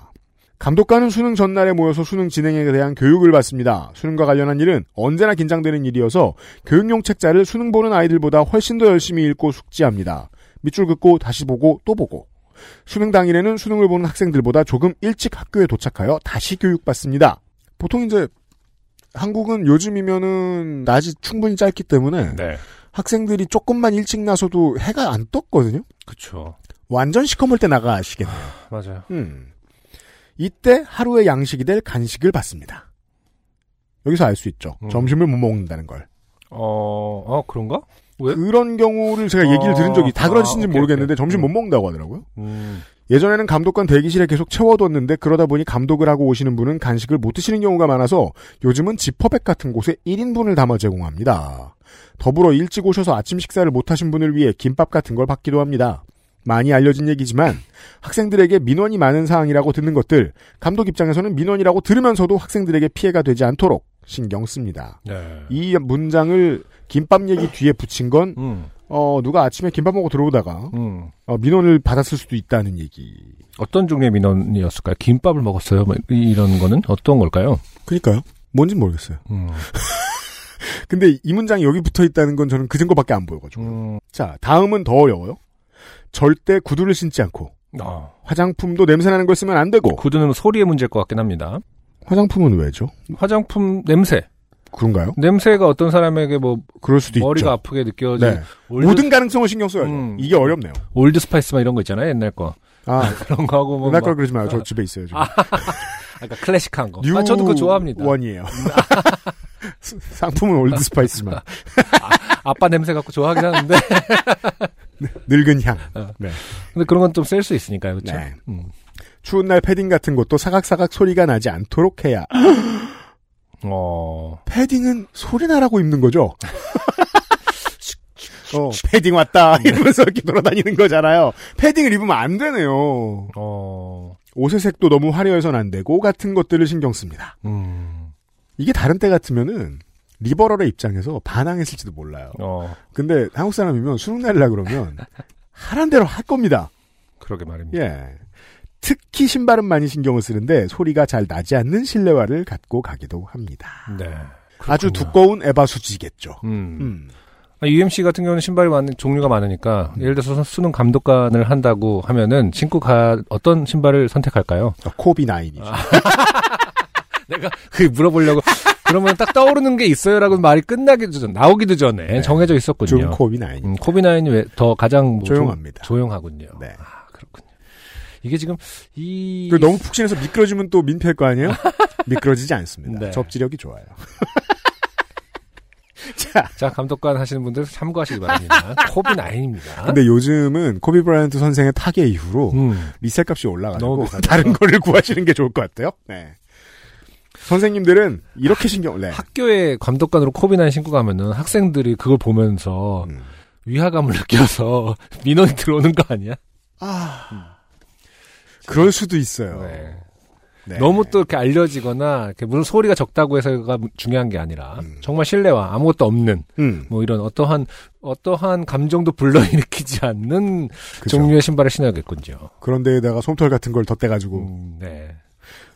Speaker 3: 감독관은 수능 전날에 모여서 수능 진행에 대한 교육을 받습니다. 수능과 관련한 일은 언제나 긴장되는 일이어서 교육용 책자를 수능 보는 아이들보다 훨씬 더 열심히 읽고 숙지합니다. 밑줄 긋고 다시 보고 또 보고. 수능 당일에는 수능을 보는 학생들보다 조금 일찍 학교에 도착하여 다시 교육받습니다. 보통 이제 한국은 요즘이면은 낮이 충분히 짧기 때문에
Speaker 2: 네.
Speaker 3: 학생들이 조금만 일찍 나서도 해가 안 떴거든요.
Speaker 2: 그쵸.
Speaker 3: 완전 시커멀 때 나가시겠네요.
Speaker 2: 맞아요.
Speaker 3: 음. 이때 하루의 양식이 될 간식을 받습니다. 여기서 알 수 있죠.
Speaker 2: 음.
Speaker 3: 점심을 못 먹는다는 걸.
Speaker 2: 어, 아, 그런가? 왜?
Speaker 3: 그런 경우를 제가 얘기를
Speaker 2: 아,
Speaker 3: 들은 적이 다
Speaker 2: 아,
Speaker 3: 그런지는
Speaker 2: 오케이,
Speaker 3: 모르겠는데
Speaker 2: 오케이.
Speaker 3: 점심
Speaker 2: 음.
Speaker 3: 못 먹는다고 하더라고요.
Speaker 2: 음,
Speaker 3: 예전에는 감독관 대기실에 계속 채워뒀는데 그러다 보니 감독을 하고 오시는 분은 간식을 못 드시는 경우가 많아서 요즘은 지퍼백 같은 곳에 1인분을 담아 제공합니다. 더불어 일찍 오셔서 아침 식사를 못 하신 분을 위해 김밥 같은 걸 받기도 합니다. 많이 알려진 얘기지만 학생들에게 민원이 많은 사항이라고 듣는 것들 감독 입장에서는 민원이라고 들으면서도 학생들에게 피해가 되지 않도록 신경 씁니다.
Speaker 2: 네.
Speaker 3: 이 문장을 김밥 얘기 뒤에 붙인 건
Speaker 2: 음,
Speaker 3: 어, 누가 아침에 김밥 먹고 들어오다가
Speaker 2: 음.
Speaker 3: 어, 민원을 받았을 수도 있다는 얘기.
Speaker 2: 어떤 종류의 민원이었을까요? 김밥을 먹었어요? 뭐 이- 이런 거는 어떤 걸까요?
Speaker 3: 그니까요. 뭔진 모르겠어요.
Speaker 2: 음,
Speaker 3: 근데 이 문장이 여기 붙어 있다는 건 저는 그 증거밖에 안 보여가지고.
Speaker 2: 음,
Speaker 3: 자, 다음은 더 어려워요. 절대 구두를 신지 않고,
Speaker 2: 아,
Speaker 3: 화장품도 냄새나는 걸 쓰면 안 되고,
Speaker 2: 구두는 소리의 문제일 것 같긴 합니다.
Speaker 3: 화장품은 왜죠?
Speaker 2: 화장품 냄새.
Speaker 3: 그런가요?
Speaker 2: 냄새가 어떤 사람에게 뭐
Speaker 3: 그럴 수도
Speaker 2: 머리가
Speaker 3: 있죠.
Speaker 2: 아프게 느껴지
Speaker 3: 네.
Speaker 2: 올드,
Speaker 3: 모든 가능성을 신경 써야죠.
Speaker 2: 음.
Speaker 3: 이게 어렵네요.
Speaker 2: 올드 스파이스 막 이런 거 있잖아요. 옛날 거.
Speaker 3: 아,
Speaker 2: 그런 거 하고 뭐
Speaker 3: 옛날
Speaker 2: 막-
Speaker 3: 걸 그러지 마요. 저 집에 있어요, 지금.
Speaker 2: 아, 그러니까 클래식한 거. 아, 저도 그거 좋아합니다.
Speaker 3: 원이에요. 상품은 올드 스파이스지만
Speaker 2: 아빠 냄새 갖고 좋아하긴 하는데.
Speaker 3: 늙은 향.
Speaker 2: 근데 그런 건 좀 셀 수 있으니까요. 그렇죠?
Speaker 3: 네.
Speaker 2: 음.
Speaker 3: 추운 날 패딩 같은 것도 사각사각 소리가 나지 않도록 해야.
Speaker 2: 어.
Speaker 3: 패딩은 소리 나라고 입는 거죠. 어, 패딩 왔다 이러면서 이렇게 돌아다니는 거잖아요. 패딩을 입으면 안 되네요.
Speaker 2: 어.
Speaker 3: 옷의 색도 너무 화려해선 안 되고 같은 것들을 신경 씁니다.
Speaker 2: 음.
Speaker 3: 이게 다른 때 같으면은 리버럴의 입장에서 반항했을지도 몰라요.
Speaker 2: 어.
Speaker 3: 근데 한국 사람이면 수능 날라 그러면 하란 대로 할 겁니다.
Speaker 2: 그러게 말입니다.
Speaker 3: 예. 특히 신발은 많이 신경을 쓰는데 소리가 잘 나지 않는 실내화를 갖고 가기도 합니다.
Speaker 2: 네. 그렇군요.
Speaker 3: 아주 두꺼운 에바 수지겠죠.
Speaker 2: 음.
Speaker 3: 음.
Speaker 2: 아, UMC 같은 경우는 신발이 많은 종류가 많으니까 예를 들어서 수능 감독관을 한다고 하면은 신고 가 어떤 신발을 선택할까요?
Speaker 3: 어, 코비 나인이죠.
Speaker 2: 아, 내가 그 물어보려고 그러면 딱 떠오르는 게 있어요라고 말이 끝나기도 전 나오기도 전에 정해져
Speaker 3: 좀
Speaker 2: 있었군요.
Speaker 3: 코비 나인이
Speaker 2: 네. 음, 코비나인이 왜 더 가장 뭐 좀
Speaker 3: 조용합니다.
Speaker 2: 조용하군요.
Speaker 3: 네.
Speaker 2: 아 그렇군요. 이게 지금 이
Speaker 3: 그리고 너무 푹신해서 미끄러지면 또 민폐일 거 아니에요? 미끄러지지 않습니다.
Speaker 2: 네.
Speaker 3: 접지력이 좋아요. 자,
Speaker 2: 자 감독관 하시는 분들 참고하시기 바랍니다. 코비나인입니다.
Speaker 3: 근데 요즘은 코비 브라이언트 선생의 타계 이후로
Speaker 2: 어? 음,
Speaker 3: 리셀 값이 올라가고
Speaker 2: 너무
Speaker 3: 다른 거를 구하시는 게 좋을 것 같아요. 네. 선생님들은 이렇게 신경, 네.
Speaker 2: 학교에 감독관으로 코비나인 신고 가면은 학생들이 그걸 보면서
Speaker 3: 음.
Speaker 2: 위화감을 느껴서 민원이 들어오는 거 아니야?
Speaker 3: 그럴 수도 있어요.
Speaker 2: 네.
Speaker 3: 네.
Speaker 2: 너무 또 이렇게 알려지거나 이렇게 물론 소리가 적다고 해서가 중요한 게 아니라
Speaker 3: 음.
Speaker 2: 정말 신뢰와 아무것도 없는
Speaker 3: 음,
Speaker 2: 뭐 이런 어떠한 어떠한 감정도 불러일으키지 않는
Speaker 3: 그죠.
Speaker 2: 종류의 신발을 신어야겠군요.
Speaker 3: 그런 데에다가 솜털 같은 걸 덧대가지고
Speaker 2: 음, 네.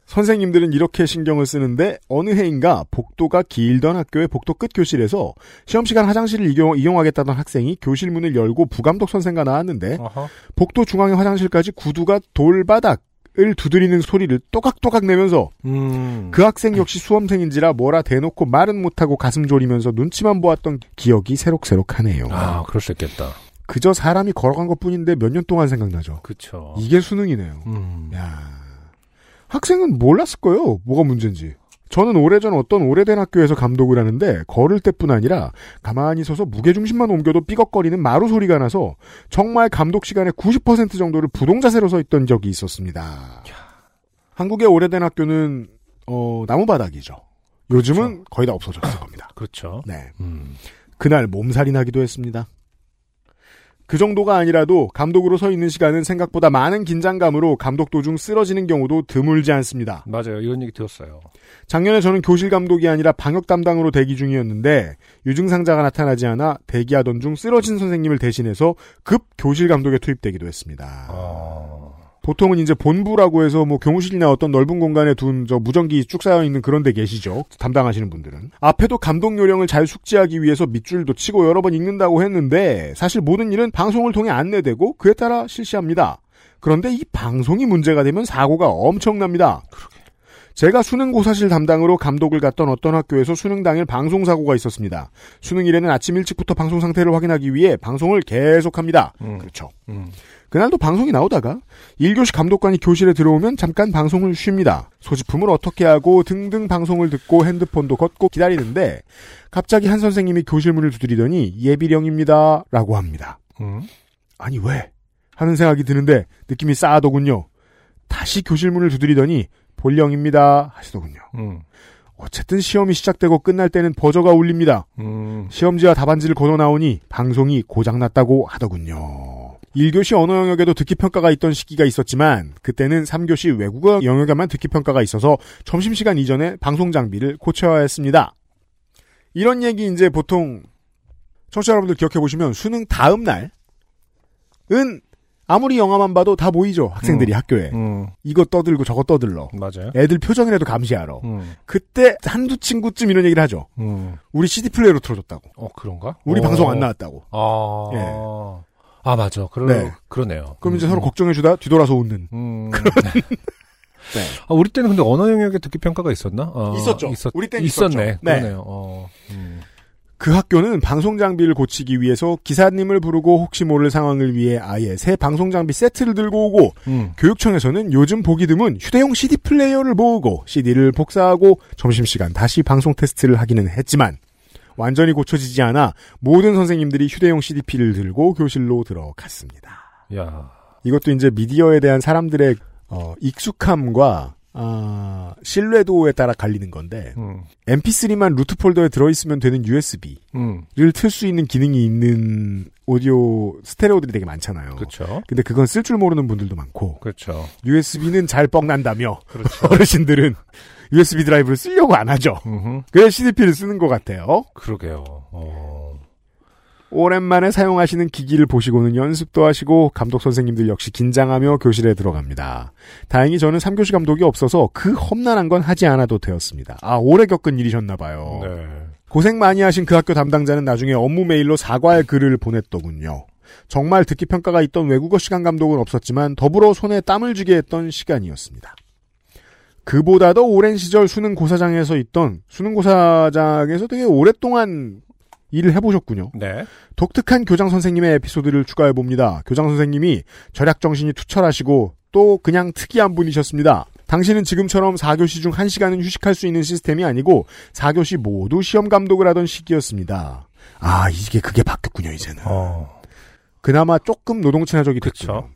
Speaker 3: 선생님들은 이렇게 신경을 쓰는데 어느 해인가 복도가 길던 학교의 복도 끝 교실에서 시험 시간 화장실을 이용, 이용하겠다던 학생이 교실 문을 열고 부감독 선생과 나왔는데
Speaker 2: 어허.
Speaker 3: 복도 중앙의 화장실까지 구두가 돌바닥을 두드리는 소리를 또각또각 내면서
Speaker 2: 음.
Speaker 3: 그 학생 역시 수험생인지라 뭐라 대놓고 말은 못하고 가슴 졸이면서 눈치만 보았던 기억이 새록새록하네요.
Speaker 2: 아, 그럴 수 있겠다.
Speaker 3: 그저 사람이 걸어간 것뿐인데 몇 년 동안 생각나죠.
Speaker 2: 그쵸.
Speaker 3: 이게 수능이네요.
Speaker 2: 음.
Speaker 3: 야 학생은 몰랐을 거예요. 뭐가 문제인지. 저는 오래전 어떤 오래된 학교에서 감독을 하는데 걸을 때뿐 아니라 가만히 서서 무게중심만 옮겨도 삐걱거리는 마루 소리가 나서 정말 감독 시간의 90% 정도를 부동자세로 서 있던 적이 있었습니다. 한국의 오래된 학교는 어, 나무바닥이죠. 요즘은 거의 다 없어졌을 겁니다.
Speaker 2: 그렇죠.
Speaker 3: 네.
Speaker 2: 음.
Speaker 3: 그날 몸살이나기도 했습니다. 그 정도가 아니라도 감독으로 서 있는 시간은 생각보다 많은 긴장감으로 감독 도중 쓰러지는 경우도 드물지 않습니다.
Speaker 2: 맞아요. 이런 얘기 들었어요.
Speaker 3: 작년에 저는 교실 감독이 아니라 방역 담당으로 대기 중이었는데 유증상자가 나타나지 않아 대기하던 중 쓰러진 선생님을 대신해서 급 교실 감독에 투입되기도 했습니다. 아.
Speaker 2: 어.
Speaker 3: 보통은 이제 본부라고 해서 뭐 교무실이나 어떤 넓은 공간에 둔 저 무전기 쭉 쌓여 있는 그런 데 계시죠. 담당하시는 분들은. 앞에도 감독 요령을 잘 숙지하기 위해서 밑줄도 치고 여러 번 읽는다고 했는데 사실 모든 일은 방송을 통해 안내되고 그에 따라 실시합니다. 그런데 이 방송이 문제가 되면 사고가 엄청납니다. 제가 수능 고사실 담당으로 감독을 갔던 어떤 학교에서 수능 당일 방송 사고가 있었습니다. 수능일에는 아침 일찍부터 방송 상태를 확인하기 위해 방송을 계속합니다.
Speaker 2: 음.
Speaker 3: 그렇죠.
Speaker 2: 음.
Speaker 3: 그날도 방송이 나오다가 1교시 감독관이 교실에 들어오면 잠깐 방송을 쉽니다. 소지품을 어떻게 하고 등등 방송을 듣고 핸드폰도 걷고 기다리는데 갑자기 한 선생님이 교실 문을 두드리더니 예비령입니다. 라고 합니다.
Speaker 2: 음,
Speaker 3: 아니 왜? 하는 생각이 드는데 느낌이 싸하더군요. 다시 교실 문을 두드리더니 본령입니다. 하시더군요.
Speaker 2: 음,
Speaker 3: 어쨌든 시험이 시작되고 끝날 때는 버저가 울립니다.
Speaker 2: 음.
Speaker 3: 시험지와 답안지를 걷어 나오니 방송이 고장났다고 하더군요. 1교시 언어 영역에도 듣기 평가가 있던 시기가 있었지만 그때는 3교시 외국어 영역에만 듣기 평가가 있어서 점심 시간 이전에 방송 장비를 고쳐야 했습니다. 이런 얘기 이제 보통 청취자 여러분들 기억해 보시면 수능 다음 날은 아무리 영화만 봐도 다 모이죠 학생들이
Speaker 2: 음.
Speaker 3: 학교에
Speaker 2: 음,
Speaker 3: 이거 떠들고 저거 떠들러
Speaker 2: 맞아요.
Speaker 3: 애들 표정이라도 감시하러
Speaker 2: 음,
Speaker 3: 그때 한두 친구쯤 이런 얘기를 하죠.
Speaker 2: 음.
Speaker 3: 우리 CD 플레이로 틀어줬다고.
Speaker 2: 어, 그런가?
Speaker 3: 우리
Speaker 2: 어.
Speaker 3: 방송 안 나왔다고.
Speaker 2: 아, 아, 맞아. 그러,
Speaker 3: 예. 네.
Speaker 2: 그러네요.
Speaker 3: 그럼 이제
Speaker 2: 음,
Speaker 3: 서로 걱정해주다 뒤돌아서 웃는.
Speaker 2: 음. 아, 우리 때는 근데 언어 영역에 듣기 평가가 있었나? 어,
Speaker 3: 네. 있었죠.
Speaker 2: 있었,
Speaker 3: 우리 때는
Speaker 2: 있었네.
Speaker 3: 있었죠. 네.
Speaker 2: 그러네요. 어, 음.
Speaker 3: 그 학교는 방송 장비를 고치기 위해서 기사님을 부르고 혹시 모를 상황을 위해 아예 새 방송 장비 세트를 들고 오고
Speaker 2: 음.
Speaker 3: 교육청에서는 요즘 보기 드문 휴대용 CD 플레이어를 모으고 CD를 복사하고 점심시간 다시 방송 테스트를 하기는 했지만 완전히 고쳐지지 않아 모든 선생님들이 휴대용 CDP를 들고 교실로 들어갔습니다.
Speaker 2: 야,
Speaker 3: 이것도 이제 미디어에 대한 사람들의 어, 익숙함과 아, 신뢰도에 따라 갈리는 건데
Speaker 2: 음,
Speaker 3: MP3만 루트 폴더에 들어있으면 되는 USB를
Speaker 2: 음,
Speaker 3: 틀 수 있는 기능이 있는 오디오 스테레오들이 되게 많잖아요.
Speaker 2: 그렇죠.
Speaker 3: 근데 그건 쓸 줄 모르는 분들도 많고
Speaker 2: 그렇죠.
Speaker 3: USB는 잘 뻑난다며
Speaker 2: 그렇죠.
Speaker 3: 어르신들은 USB 드라이브를 쓰려고 안 하죠.
Speaker 2: 음흠.
Speaker 3: 그래서 CDP를 쓰는 것 같아요.
Speaker 2: 그러게요. 어.
Speaker 3: 오랜만에 사용하시는 기기를 보시고는 연습도 하시고 감독 선생님들 역시 긴장하며 교실에 들어갑니다. 다행히 저는 3교시 감독이 없어서 그 험난한 건 하지 않아도 되었습니다. 아 오래 겪은 일이셨나 봐요.
Speaker 2: 네.
Speaker 3: 고생 많이 하신 그 학교 담당자는 나중에 업무 메일로 사과의 글을 보냈더군요. 정말 듣기 평가가 있던 외국어 시간 감독은 없었지만 더불어 손에 땀을 쥐게 했던 시간이었습니다. 그보다 더 오랜 시절 수능고사장에서 있던 수능고사장에서 되게 오랫동안 일을 해보셨군요.
Speaker 2: 네.
Speaker 3: 독특한 교장 선생님의 에피소드를 추가해 봅니다. 교장 선생님이 절약 정신이 투철하시고 또 그냥 특이한 분이셨습니다. 당신은 지금처럼 4교시 중 1시간은 휴식할 수 있는 시스템이 아니고 4교시 모두 시험 감독을 하던 시기였습니다. 아, 이게 그게 바뀌었군요, 이제는.
Speaker 2: 어.
Speaker 3: 그나마 조금 노동 친화적이 됐죠.
Speaker 2: 그쵸.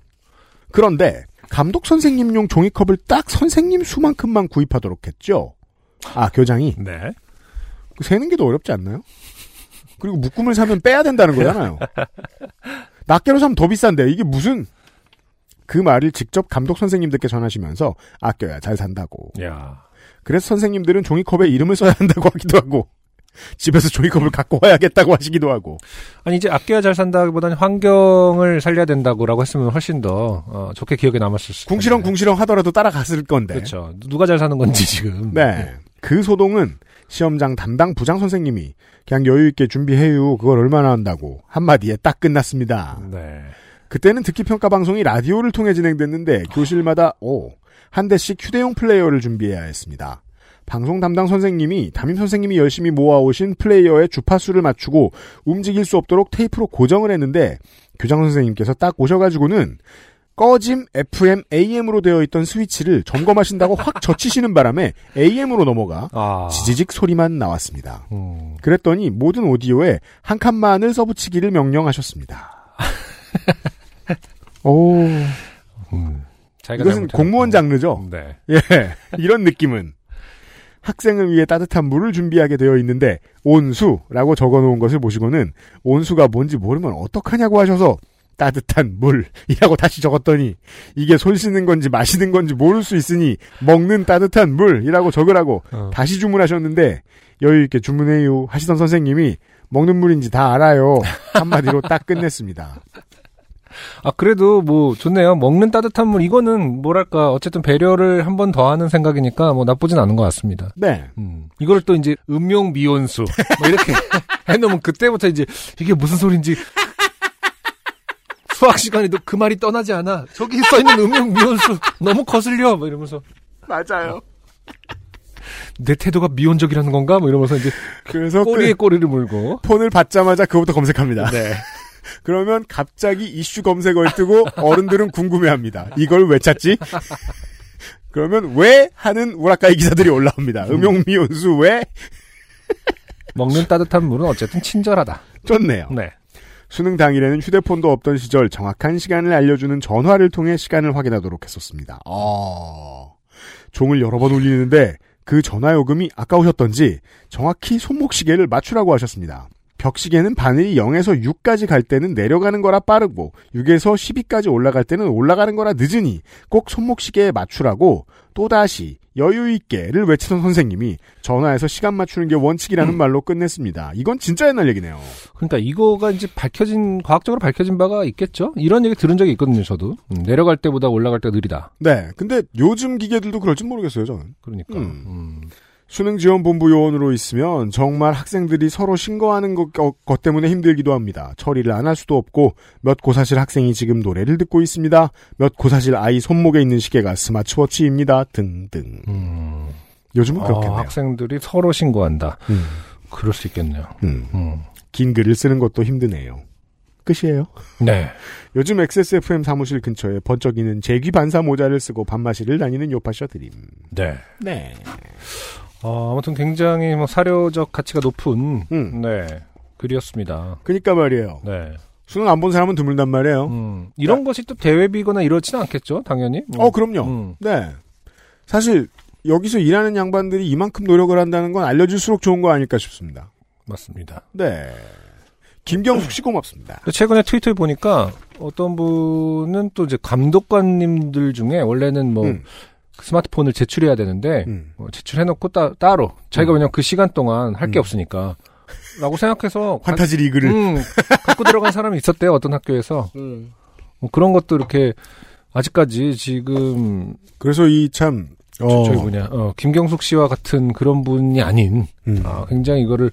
Speaker 3: 그런데 감독 선생님용 종이컵을 딱 선생님 수만큼만 구입하도록 했죠. 아, 교장이
Speaker 2: 네.
Speaker 3: 그 세는 게 더 어렵지 않나요? 그리고 묶음을 사면 빼야 된다는 거잖아요. 낱개로 사면 더 비싼데 이게 무슨 그 말을 직접 감독 선생님들께 전하시면서 아껴야 잘 산다고.
Speaker 2: 야.
Speaker 3: 그래서 선생님들은 종이컵에 이름을 써야 한다고 하기도 하고 집에서 종이컵을 갖고 와야겠다고 하시기도 하고.
Speaker 2: 아니 이제 아껴야 잘 산다기보다는 환경을 살려야 된다고라고 했으면 훨씬 더 어, 좋게 기억에 남았을 텐데.
Speaker 3: 궁시렁 궁시렁 하더라도 따라갔을 건데.
Speaker 2: 네. 그렇죠. 누가 잘 사는 건지 지금.
Speaker 3: 네. 그 소동은 시험장 담당 부장 선생님이 그냥 여유 있게 준비해요. 그걸 얼마나 한다고 한마디에 딱 끝났습니다.
Speaker 2: 네.
Speaker 3: 그때는 듣기 평가 방송이 라디오를 통해 진행됐는데 교실마다 오, 한 대씩 휴대용 플레이어를 준비해야 했습니다. 방송 담당 선생님이 담임 선생님이 열심히 모아오신 플레이어의 주파수를 맞추고 움직일 수 없도록 테이프로 고정을 했는데 교장 선생님께서 딱 오셔가지고는 꺼짐 FM AM으로 되어 있던 스위치를 점검하신다고 확 젖히시는 바람에 AM으로 넘어가
Speaker 2: 아.
Speaker 3: 지지직 소리만 나왔습니다.
Speaker 2: 음.
Speaker 3: 그랬더니 모든 오디오에 한 칸만을 써붙이기를 명령하셨습니다. 오,
Speaker 2: 자기가
Speaker 3: 이것은
Speaker 2: 잘못해서.
Speaker 3: 공무원 장르죠?
Speaker 2: 네.
Speaker 3: 예, 이런 느낌은. 학생을 위해 따뜻한 물을 준비하게 되어 있는데, 온수라고 적어 놓은 것을 보시고는, 온수가 뭔지 모르면 어떡하냐고 하셔서, 따뜻한 물이라고 다시 적었더니, 이게 손 씻는 건지 마시는 건지 모를 수 있으니, 먹는 따뜻한 물이라고 적으라고
Speaker 2: 어.
Speaker 3: 다시 주문하셨는데, 여유있게 주문해요 하시던 선생님이, 먹는 물인지 다 알아요. 한마디로 딱 끝냈습니다.
Speaker 2: 아 그래도 뭐 좋네요. 먹는 따뜻한 물 이거는 뭐랄까 어쨌든 배려를 한 번 더 하는 생각이니까 뭐 나쁘진 않은 것 같습니다.
Speaker 3: 네.
Speaker 2: 음. 이걸 또 이제 음용 미온수 뭐 이렇게 해놓으면 그때부터 이제 이게 무슨 소린지 수학 시간에도 그 말이 떠나지 않아. 저기 써 있는 음용 미온수 너무 거슬려. 뭐 이러면서
Speaker 3: 맞아요.
Speaker 2: 내 태도가 미온적이라는 건가? 뭐 이러면서 이제
Speaker 3: 그래서
Speaker 2: 꼬리에
Speaker 3: 그
Speaker 2: 꼬리를 물고.
Speaker 3: 폰을 받자마자 그거부터 검색합니다.
Speaker 2: 네.
Speaker 3: 그러면 갑자기 이슈 검색어를 뜨고 어른들은 궁금해합니다. 이걸 왜 찾지? 그러면 왜 하는 우라카이 기사들이 올라옵니다. 음용미온수 왜?
Speaker 2: 먹는 따뜻한 물은 어쨌든 친절하다.
Speaker 3: 좋네요.
Speaker 2: 네.
Speaker 3: 수능 당일에는 휴대폰도 없던 시절 정확한 시간을 알려주는 전화를 통해 시간을 확인하도록 했었습니다. 아, 종을 여러 번 울리는데 그 전화 요금이 아까우셨던지 정확히 손목시계를 맞추라고 하셨습니다. 벽시계는 바늘이 0에서 6까지 갈 때는 내려가는 거라 빠르고 6에서 12까지 올라갈 때는 올라가는 거라 늦으니 꼭 손목시계에 맞추라고 또다시 여유있게를 외치던 선생님이 전화에서 시간 맞추는 게 원칙이라는 말로 끝냈습니다. 이건 진짜 옛날 얘기네요.
Speaker 2: 그러니까 이거가 이제 밝혀진 과학적으로 밝혀진 바가 있겠죠. 이런 얘기 들은 적이 있거든요. 저도 음, 내려갈 때보다 올라갈 때가 느리다.
Speaker 3: 네. 근데 요즘 기계들도 그럴진 모르겠어요, 저는.
Speaker 2: 그러니까
Speaker 3: 음.
Speaker 2: 음.
Speaker 3: 수능지원본부 요원으로 있으면 정말 학생들이 서로 신고하는 것, 것- 것 때문에 힘들기도 합니다. 처리를 안 할 수도 없고 몇 고사실 학생이 지금 노래를 듣고 있습니다. 몇 고사실 아이 손목에 있는 시계가 스마트워치입니다. 등등.
Speaker 2: 음.
Speaker 3: 요즘은
Speaker 2: 아,
Speaker 3: 그렇겠네요.
Speaker 2: 학생들이 서로 신고한다.
Speaker 3: 음.
Speaker 2: 그럴 수 있겠네요.
Speaker 3: 음.
Speaker 2: 음.
Speaker 3: 긴 글을 쓰는 것도 힘드네요. 끝이에요.
Speaker 2: 네.
Speaker 3: 요즘 XSFM 사무실 근처에 번쩍이는 제귀 반사 모자를 쓰고 밤마시를 다니는 요파셔 드림.
Speaker 2: 네.
Speaker 3: 네.
Speaker 2: 어, 아무튼 굉장히 뭐 사료적 가치가 높은
Speaker 3: 음.
Speaker 2: 네 글이었습니다.
Speaker 3: 그니까 말이에요.
Speaker 2: 네.
Speaker 3: 수능 안 본 사람은 드물단 말이에요.
Speaker 2: 음. 이런 것이 또 대외비거나 이렇지는 않겠죠, 당연히.
Speaker 3: 네. 어, 그럼요.
Speaker 2: 음.
Speaker 3: 네. 사실 여기서 일하는 양반들이 이만큼 노력을 한다는 건 알려줄수록 좋은 거 아닐까 싶습니다.
Speaker 2: 맞습니다.
Speaker 3: 네. 김경숙 씨 고맙습니다.
Speaker 2: 근데 최근에 트위터에 보니까 어떤 분은 또 이제 감독관님들 중에 원래는 뭐
Speaker 3: 음.
Speaker 2: 스마트폰을 제출해야 되는데
Speaker 3: 음.
Speaker 2: 어, 제출해놓고 따, 따로 자기가
Speaker 3: 음.
Speaker 2: 왜냐면 그 시간 동안 할 게
Speaker 3: 음.
Speaker 2: 없으니까 라고 생각해서 가-
Speaker 3: 환타지 리그를
Speaker 2: 음, 갖고 들어간 사람이 있었대요 어떤 학교에서 뭐 그런 것도 이렇게 아직까지 지금
Speaker 3: 그래서 이참 어,
Speaker 2: 저희 뭐냐 어, 김경숙 씨와 같은 그런 분이 아닌
Speaker 3: 음.
Speaker 2: 아, 굉장히 이거를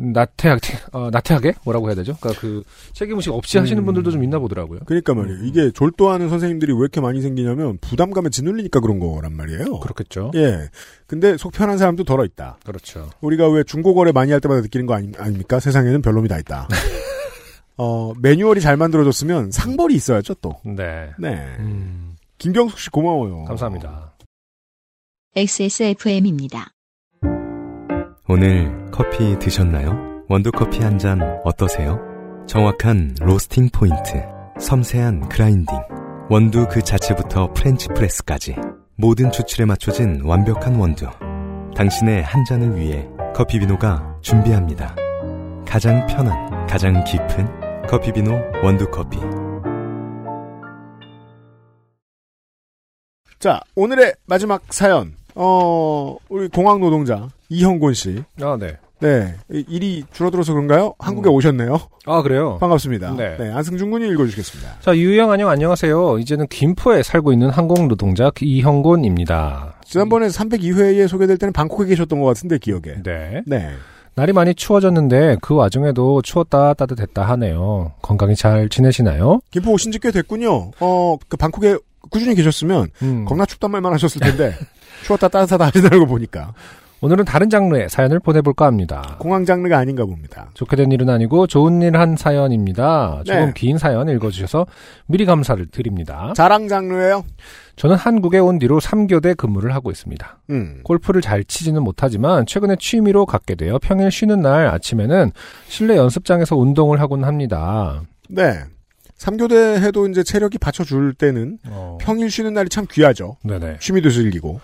Speaker 2: 나태하게 어, 나태하게 뭐라고 해야 되죠? 그러니까 그 책임 의식 없이 하시는 분들도 좀 있나 보더라고요.
Speaker 3: 그러니까
Speaker 2: 음.
Speaker 3: 말이에요. 이게 졸도하는 선생님들이 왜 이렇게 많이 생기냐면 부담감에 짓눌리니까 그런 거란 말이에요.
Speaker 2: 그렇겠죠.
Speaker 3: 예. 근데 속 편한 사람도 덜어 있다.
Speaker 2: 그렇죠.
Speaker 3: 우리가 왜 중고거래 많이 할 때마다 느끼는 거 아니, 아닙니까? 세상에는 별놈이 다 있다. 어, 매뉴얼이 잘 만들어졌으면 상벌이 있어야죠, 또.
Speaker 2: 네.
Speaker 3: 네.
Speaker 2: 음,
Speaker 3: 김경숙 씨 고마워요.
Speaker 2: 감사합니다.
Speaker 1: XSFM입니다.
Speaker 8: 오늘 커피 드셨나요? 원두커피 한 잔 어떠세요? 정확한 로스팅 포인트, 섬세한 그라인딩, 원두 그 자체부터 프렌치 프레스까지 모든 추출에 맞춰진 완벽한 원두. 당신의 한 잔을 위해 커피비노가 준비합니다. 가장 편한, 가장 깊은 커피비노 원두커피.
Speaker 3: 자, 오늘의 마지막 사연. 어, 우리 공항 노동자 이형곤 씨.
Speaker 2: 아 네.
Speaker 3: 네. 이- 일이 줄어들어서 그런가요? 한국에
Speaker 2: 음.
Speaker 3: 오셨네요.
Speaker 2: 아 그래요.
Speaker 3: 반갑습니다.
Speaker 2: 네.
Speaker 3: 안승준 군이 읽어주시겠습니다.
Speaker 2: 자 유영 안녕 안녕하세요. 이제는 김포에 살고 있는 항공 노동자 이형곤입니다.
Speaker 3: 지난번에 302회에 소개될 때는 방콕에 계셨던 것 같은데, 기억에.
Speaker 2: 네.
Speaker 3: 네.
Speaker 2: 날이 많이 추워졌는데 그 와중에도 추웠다 따뜻했다 하네요. 건강히 잘 지내시나요?
Speaker 3: 김포 오신 지 꽤 됐군요. 어, 그 방콕에 꾸준히 계셨으면
Speaker 2: 음.
Speaker 3: 겁나 춥단 말만 하셨을 텐데, 추웠다 따뜻하다 하시는 거 보니까.
Speaker 2: 오늘은 다른 장르의 사연을 보내볼까 합니다.
Speaker 3: 공항 장르가 아닌가 봅니다.
Speaker 2: 좋게 된 일은 아니고 좋은 일 한 사연입니다. 조금
Speaker 3: 네.
Speaker 2: 긴 사연 읽어주셔서 미리 감사를 드립니다.
Speaker 3: 자랑 장르예요
Speaker 2: 저는 한국에 온 뒤로 3교대 근무를 하고 있습니다.
Speaker 3: 음.
Speaker 2: 골프를 잘 치지는 못하지만 최근에 취미로 갖게 되어 평일 쉬는 날 아침에는 실내 연습장에서 운동을 하곤 합니다.
Speaker 3: 네. 3교대 해도 이제 체력이 받쳐줄 때는 평일 쉬는 날이 참 귀하죠.
Speaker 2: 네네.
Speaker 3: 취미도 즐기고.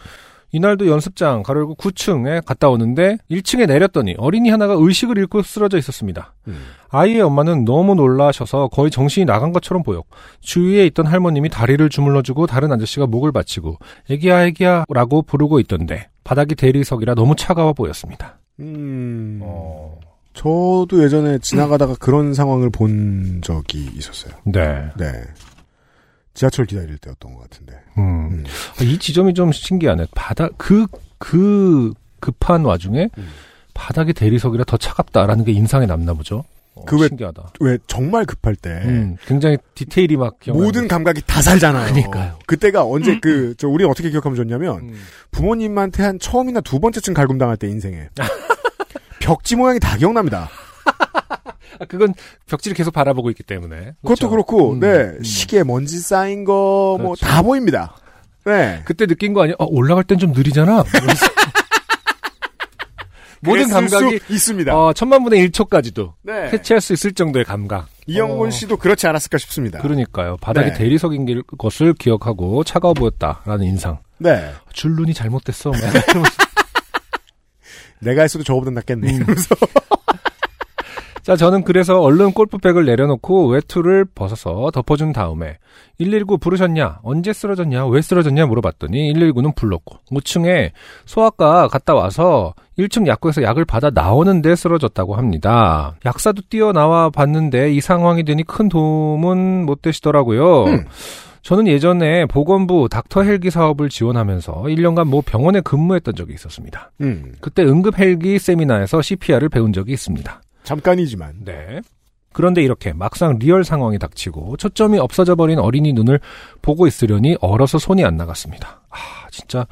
Speaker 2: 이날도 연습장 가로고 9층에 갔다 오는데 1층에 내렸더니 어린이 하나가 의식을 잃고 쓰러져 있었습니다. 아이의 엄마는 너무 놀라셔서 거의 정신이 나간 것처럼 보여 주위에 있던 할머님이 다리를 주물러주고 다른 아저씨가 목을 받치고 애기야 애기야 라고 부르고 있던데 바닥이 대리석이라 너무 차가워 보였습니다.
Speaker 3: 음.
Speaker 2: 어...
Speaker 3: 저도 예전에 지나가다가 그런 상황을 본 적이 있었어요.
Speaker 2: 네.
Speaker 3: 네. 지하철 기다릴 때였던 것 같은데.
Speaker 2: 음.
Speaker 3: 음.
Speaker 2: 아, 이 지점이 좀 신기하네. 바닥 그, 그 급한 와중에
Speaker 3: 음.
Speaker 2: 바닥이 대리석이라 더 차갑다라는 게 인상에 남나 보죠. 어,
Speaker 3: 그 왜-
Speaker 2: 신기하다.
Speaker 3: 왜 정말 급할 때
Speaker 2: 음, 굉장히 디테일이 막 기억나는
Speaker 3: 예. 모든 감각이 다 살잖아요.
Speaker 2: 그러니까요.
Speaker 3: 그때가 언제 그 저 우리 어떻게 기억하면 좋냐면
Speaker 2: 음.
Speaker 3: 부모님한테 한 처음이나 두 번째쯤 갈굼 당할 때 인생에 벽지 모양이 다 기억납니다.
Speaker 2: 아, 그건 벽지를 계속 바라보고 있기 때문에. 음,
Speaker 3: 그것도 그렇고, 네. 시계 먼지 쌓인 거 뭐
Speaker 2: 그렇죠.
Speaker 3: 다 보입니다. 네.
Speaker 2: 그때 느낀 거 아니야? 어, 올라갈 땐 좀 느리잖아. 이러면서. 모든
Speaker 3: 그랬을
Speaker 2: 감각이
Speaker 3: 수 있습니다.
Speaker 2: 어, 천만분의 1초까지도
Speaker 3: 네.
Speaker 2: 캐치할 수 있을 정도의 감각.
Speaker 3: 이영곤
Speaker 2: 어.
Speaker 3: 씨도 그렇지 않았을까 싶습니다.
Speaker 2: 그러니까요. 바닥이
Speaker 3: 네.
Speaker 2: 대리석인 길- 것을 기억하고 차가워 보였다라는 인상.
Speaker 3: 네.
Speaker 2: 줄눈이 잘못됐어. 막
Speaker 3: 내가 했어도 저보다 낫겠네.
Speaker 2: 음.
Speaker 3: 이러면서.
Speaker 2: 자, 저는 그래서 얼른 골프백을 내려놓고 외투를 벗어서 덮어준 다음에 119 부르셨냐? 언제 쓰러졌냐? 왜 쓰러졌냐? 물어봤더니 119는 불렀고 5층에 소아과 갔다 와서 1층 약국에서 약을 받아 나오는데 쓰러졌다고 합니다. 약사도 뛰어나와 봤는데 이 상황이 되니 큰 도움은 못 되시더라고요. 저는 예전에 보건부 닥터 헬기 사업을 지원하면서 1년간 모 병원에 근무했던 적이 있었습니다.
Speaker 3: 음,
Speaker 2: 그때 응급 헬기 세미나에서 CPR을 배운 적이 있습니다.
Speaker 3: 잠깐이지만.
Speaker 2: 네. 그런데 이렇게 막상 리얼 상황이 닥치고 초점이 없어져 버린 어린이 눈을 보고 있으려니 얼어서 손이 안 나갔습니다. 아, 진짜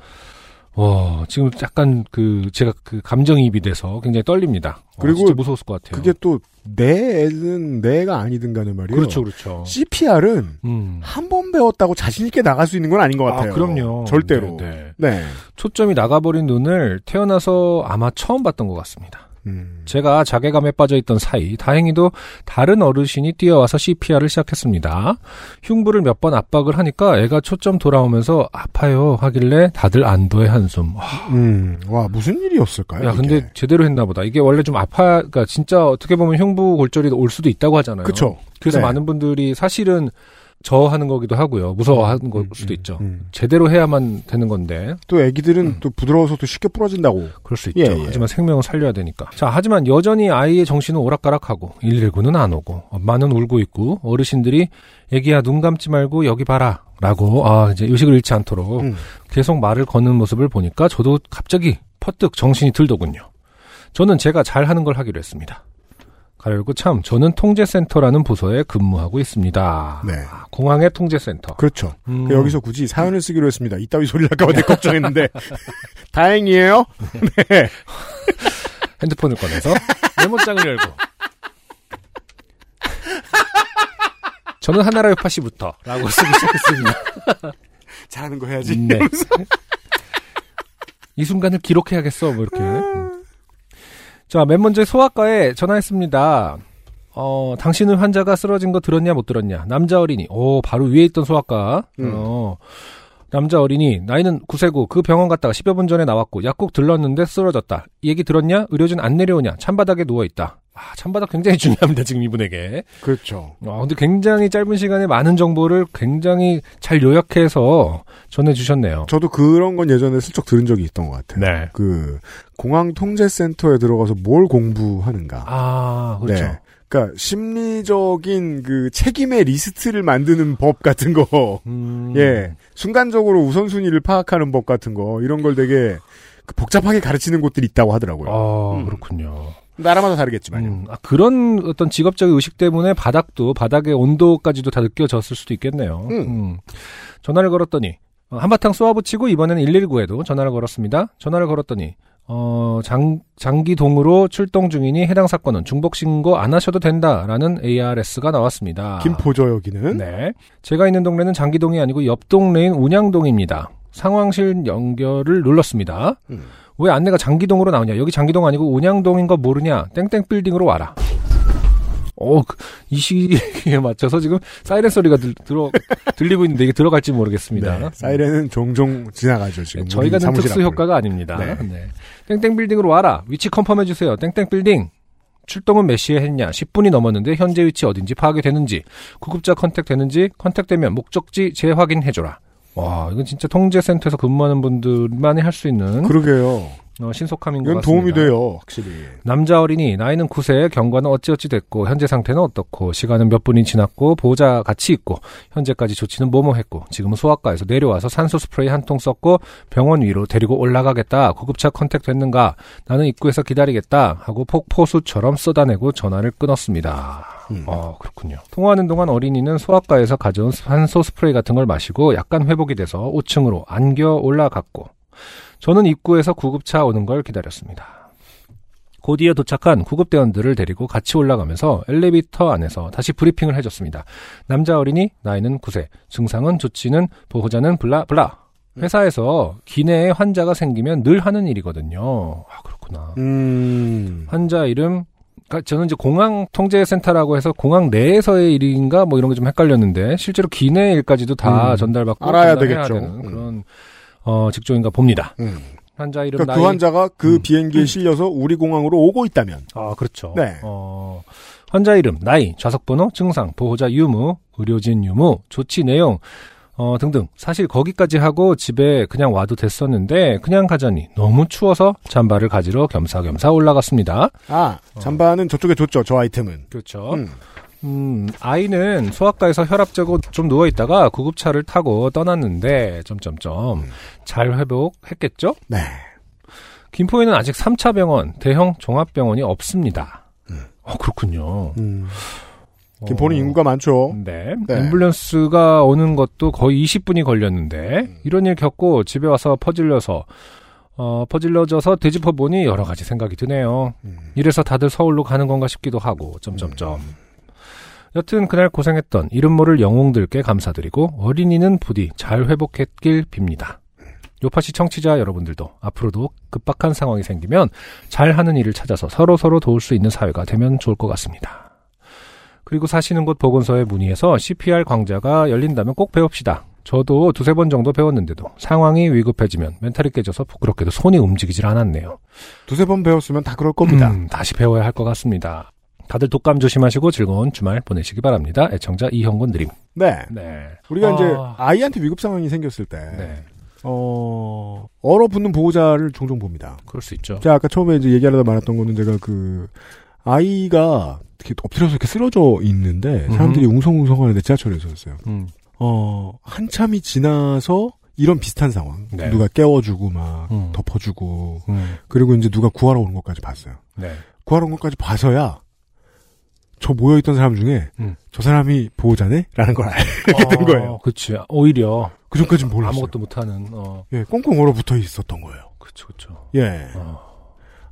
Speaker 2: 와, 지금 약간 그 제가 그 감정이입이 돼서 굉장히 떨립니다. 어,
Speaker 3: 그리고
Speaker 2: 진짜 무서웠을 것 같아요.
Speaker 3: 그게 또 내 애는 내가 아니든 간에 말이에요.
Speaker 2: 그렇죠, 그렇죠.
Speaker 3: CPR은
Speaker 2: 음.
Speaker 3: 한 번 배웠다고 자신 있게 나갈 수 있는 건 아닌 것
Speaker 2: 아,
Speaker 3: 같아요.
Speaker 2: 그럼요.
Speaker 3: 절대로.
Speaker 2: 네, 네.
Speaker 3: 네.
Speaker 2: 초점이 나가버린 눈을 태어나서 아마 처음 봤던 것 같습니다.
Speaker 3: 음.
Speaker 2: 제가 자괴감에 빠져있던 사이 다행히도 다른 어르신이 뛰어와서 CPR을 시작했습니다. 흉부를 몇 번 압박을 하니까 애가 초점 돌아오면서 아파요 하길래 다들 안도의 한숨. 와,
Speaker 3: 음. 와 무슨 일이었을까요?
Speaker 2: 야
Speaker 3: 이게?
Speaker 2: 근데 제대로 했나 보다. 이게 원래 좀 아파 그러니까 진짜 어떻게 보면 흉부 골절이 올 수도 있다고 하잖아요.
Speaker 3: 그쵸.
Speaker 2: 그래서
Speaker 3: 네.
Speaker 2: 많은 분들이 사실은 저하는 거기도 하고요. 무서워하는 걸 수도 있죠.
Speaker 3: 음.
Speaker 2: 제대로 해야만 되는 건데
Speaker 3: 또 애기들은
Speaker 2: 음.
Speaker 3: 또 부드러워서 또 쉽게 부러진다고.
Speaker 2: 그럴 수 있죠.
Speaker 3: 예, 예.
Speaker 2: 하지만 생명을 살려야 되니까. 자, 하지만 여전히 아이의 정신은 오락가락하고 119는 안 오고 엄마는 울고 있고 어르신들이 애기야 눈 감지 말고 여기 봐라. 라고 아 이제 의식을 잃지 않도록
Speaker 3: 음.
Speaker 2: 계속 말을 거는 모습을 보니까 저도 갑자기 퍼뜩 정신이 들더군요. 저는 제가 잘하는 걸 하기로 했습니다. 가려고 참 저는 통제센터라는 부서에 근무하고 있습니다.
Speaker 3: 네.
Speaker 2: 아, 공항의 통제센터.
Speaker 3: 그렇죠.
Speaker 2: 음.
Speaker 3: 여기서 굳이 사연을 쓰기로 했습니다. 이따위 소리 날까봐 되게 걱정했는데 다행이에요.
Speaker 2: 핸드폰을 꺼내서 메모장을 열고 저는 하나라의 파시부터 라고 쓰기 시작했습니다.
Speaker 3: 잘하는 거 해야지.
Speaker 2: 네. 이 순간을 기록해야겠어 뭐 이렇게 음. 자, 맨 먼저 소아과에 전화했습니다. 어, 당신은 환자가 쓰러진 거 들었냐 못 들었냐 남자 어린이 오 바로 위에 있던 소아과 어, 남자 어린이 나이는 9세고 그 병원 갔다가 10여 분 전에 나왔고 약국 들렀는데 쓰러졌다. 이 얘기 들었냐? 의료진 안 내려오냐? 찬바닥에 누워있다. 아, 찬바닥 굉장히 중요합니다, 지금 이분에게.
Speaker 3: 그렇죠.
Speaker 2: 아, 근데 굉장히 짧은 시간에 많은 정보를 굉장히 잘 요약해서 전해주셨네요.
Speaker 3: 저도 그런 건 예전에 슬쩍 들은 적이 있던 것 같아요.
Speaker 2: 네.
Speaker 3: 그 공항 통제센터에 들어가서 뭘 공부하는가.
Speaker 2: 아, 그렇죠.
Speaker 3: 네. 그러니까 심리적인 그 책임의 리스트를 만드는 법 같은 거.
Speaker 2: 음,
Speaker 3: 예. 순간적으로 우선순위를 파악하는 법 같은 거 이런 걸 되게 그 복잡하게 가르치는 곳들이 있다고 하더라고요.
Speaker 2: 아,
Speaker 3: 음.
Speaker 2: 그렇군요.
Speaker 3: 나라마다 다르겠지만요.
Speaker 2: 음, 아, 그런 어떤 직업적인 의식 때문에 바닥도 바닥의 온도까지도 다 느껴졌을 수도 있겠네요.
Speaker 3: 음.
Speaker 2: 음. 전화를 걸었더니 어, 한바탕 쏘아붙이고 이번에는 119에도 전화를 걸었습니다. 전화를 걸었더니 어, 장, 장기동으로 출동 중이니 해당 사건은 중복 신고 안 하셔도 된다라는 ARS가 나왔습니다.
Speaker 3: 김포죠 여기는.
Speaker 2: 아. 네. 제가 있는 동네는 장기동이 아니고 옆 동네인 운양동입니다. 상황실 연결을 눌렀습니다.
Speaker 3: 음.
Speaker 2: 왜 안내가 장기동으로 나오냐? 여기 장기동 아니고 운양동인 거 모르냐? 땡땡 빌딩으로 와라. 어, 그- 이 시기에 맞춰서 지금 사이렌 소리가 들, 들어, 들리고 있는데 이게 들어갈지 모르겠습니다.
Speaker 3: 네, 사이렌은 종종 지나가죠 지금.
Speaker 2: 네, 저희가
Speaker 3: 우리
Speaker 2: 는
Speaker 3: 사무실
Speaker 2: 특수
Speaker 3: 앞을.
Speaker 2: 효과가 아닙니다.
Speaker 3: 네.
Speaker 2: 네. 땡땡 빌딩으로 와라. 위치 컨펌해 주세요. 땡땡 빌딩. 출동은 몇 시에 했냐? 10분이 넘었는데 현재 위치 어딘지 파악이 되는지, 구급자 컨택 되는지, 컨택되면 목적지 재확인해 줘라. 와, 이건 진짜 통제센터에서 근무하는 분들만이 할 수 있는
Speaker 3: 그러게요.
Speaker 2: 어, 신속함인 것 같습니다.
Speaker 3: 이건 도움이 돼요 확실히.
Speaker 2: 남자 어린이 나이는 9세, 경과는 어찌어찌 됐고 현재 상태는 어떻고 시간은 몇 분이 지났고 보호자 같이 있고 현재까지 조치는 뭐뭐 했고 지금은 소아과에서 내려와서 산소 스프레이 한 통 썼고 병원 위로 데리고 올라가겠다. 구급차 컨택 됐는가? 나는 입구에서 기다리겠다. 하고 폭포수처럼 쏟아내고 전화를 끊었습니다.
Speaker 3: 음.
Speaker 2: 아, 그렇군요. 통화하는 동안 어린이는 소아과에서 가져온 산소 스프레이 같은 걸 마시고 약간 회복이 돼서 5층으로 안겨 올라갔고 저는 입구에서 구급차 오는 걸 기다렸습니다. 곧이어 도착한 구급대원들을 데리고 같이 올라가면서 엘리베이터 안에서 다시 브리핑을 해줬습니다. 남자 어린이 나이는 9세, 증상은 조치는 보호자는 블라블라. 회사에서 기내에 환자가 생기면 늘 하는 일이거든요. 아 그렇구나.
Speaker 3: 음.
Speaker 2: 환자 이름 그러니까 저는 이제 공항 통제센터라고 해서 공항 내에서의 일인가 뭐 이런 게 좀 헷갈렸는데 실제로 기내 일까지도 다
Speaker 3: 음.
Speaker 2: 전달받고
Speaker 3: 알아야
Speaker 2: 전달해야
Speaker 3: 되겠죠.
Speaker 2: 되는
Speaker 3: 음.
Speaker 2: 그런 어, 직종인가 봅니다.
Speaker 3: 음.
Speaker 2: 환자 이름
Speaker 3: 그러니까
Speaker 2: 나이 음.
Speaker 3: 그 환자가 그 비행기에 실려서 우리 공항으로 오고 있다면
Speaker 2: 아 그렇죠.
Speaker 3: 네.
Speaker 2: 어, 환자 이름, 나이, 좌석 번호, 증상, 보호자 유무, 의료진 유무, 조치 내용 어, 등등. 사실 거기까지 하고 집에 그냥 와도 됐었는데 그냥 가자니 너무 추워서 잠바를 가지러 겸사겸사 올라갔습니다.
Speaker 3: 아 잠바는 저쪽에 줬죠 저 아이템은
Speaker 2: 그렇죠.
Speaker 3: 음.
Speaker 2: 음, 아이는 소아과에서 혈압재고 좀 누워 있다가 구급차를 타고 떠났는데 점점점 잘 회복했겠죠?
Speaker 3: 네.
Speaker 2: 김포에는 아직 3차 병원, 대형 종합병원이 없습니다. 어, 그렇군요.
Speaker 3: 음. 김포는
Speaker 2: 어,
Speaker 3: 인구가 많죠
Speaker 2: 네.
Speaker 3: 네.
Speaker 2: 앰뷸런스가 오는 것도 거의 20분이
Speaker 3: 음.
Speaker 2: 걸렸는데 이런 일 겪고 집에 와서 퍼질려서 어, 퍼질러져서 되짚어 보니 여러 가지 생각이 드네요.
Speaker 3: 음.
Speaker 2: 이래서 다들 서울로 가는 건가 싶기도 하고 점점점. 여튼 그날 고생했던 이름 모를 영웅들께 감사드리고 어린이는 부디 잘 회복했길 빕니다. 요파시 청취자 여러분들도 앞으로도 급박한 상황이 생기면 잘하는 일을 찾아서 서로 서로 도울 수 있는 사회가 되면 좋을 것 같습니다. 그리고 사시는 곳 보건소에 문의해서 CPR 강좌가 열린다면 꼭 배웁시다. 저도 두세 번 정도 배웠는데도 상황이 위급해지면 멘탈이 깨져서 부끄럽게도 손이 움직이질 않았네요.
Speaker 3: 두세 번 배웠으면 다 그럴 겁니다
Speaker 2: 음, 다시 배워야 할 것 같습니다. 다들 독감 조심하시고 즐거운 주말 보내시기 바랍니다. 애청자 이형곤 드림.
Speaker 3: 네
Speaker 2: 네.
Speaker 3: 우리가
Speaker 2: 아,
Speaker 3: 이제 아이한테 위급 상황이 생겼을 때
Speaker 2: 네.
Speaker 3: 어, 얼어붙는 보호자를 종종 봅니다
Speaker 2: 그럴 수 있죠.
Speaker 3: 제가 아까 처음에 이제 얘기하려다 말았던 거는 제가 그 아이가 이렇게 엎드려서 이렇게 쓰러져 있는데 사람들이 웅성웅성하는데 지하철에서였어요.
Speaker 2: 음.
Speaker 3: 어 한참이 지나서 이런 비슷한 상황
Speaker 2: 네.
Speaker 3: 누가 깨워주고 막
Speaker 2: 음.
Speaker 3: 덮어주고
Speaker 2: 음.
Speaker 3: 그리고 이제 누가 구하러 오는 것까지 봤어요.
Speaker 2: 네.
Speaker 3: 구하러 온 것까지 봐서야 저 모여있던 사람 중에
Speaker 2: 음.
Speaker 3: 저 사람이 보호자네라는 걸 알게 된 거예요.
Speaker 2: 어, 그치. 오히려
Speaker 3: 네. 그 전까진 몰랐어요.
Speaker 2: 아무것도 못하는. 어.
Speaker 3: 예, 꽁꽁 얼어붙어 있었던 거예요.
Speaker 2: 그쵸, 그쵸.
Speaker 3: 예,
Speaker 2: 어.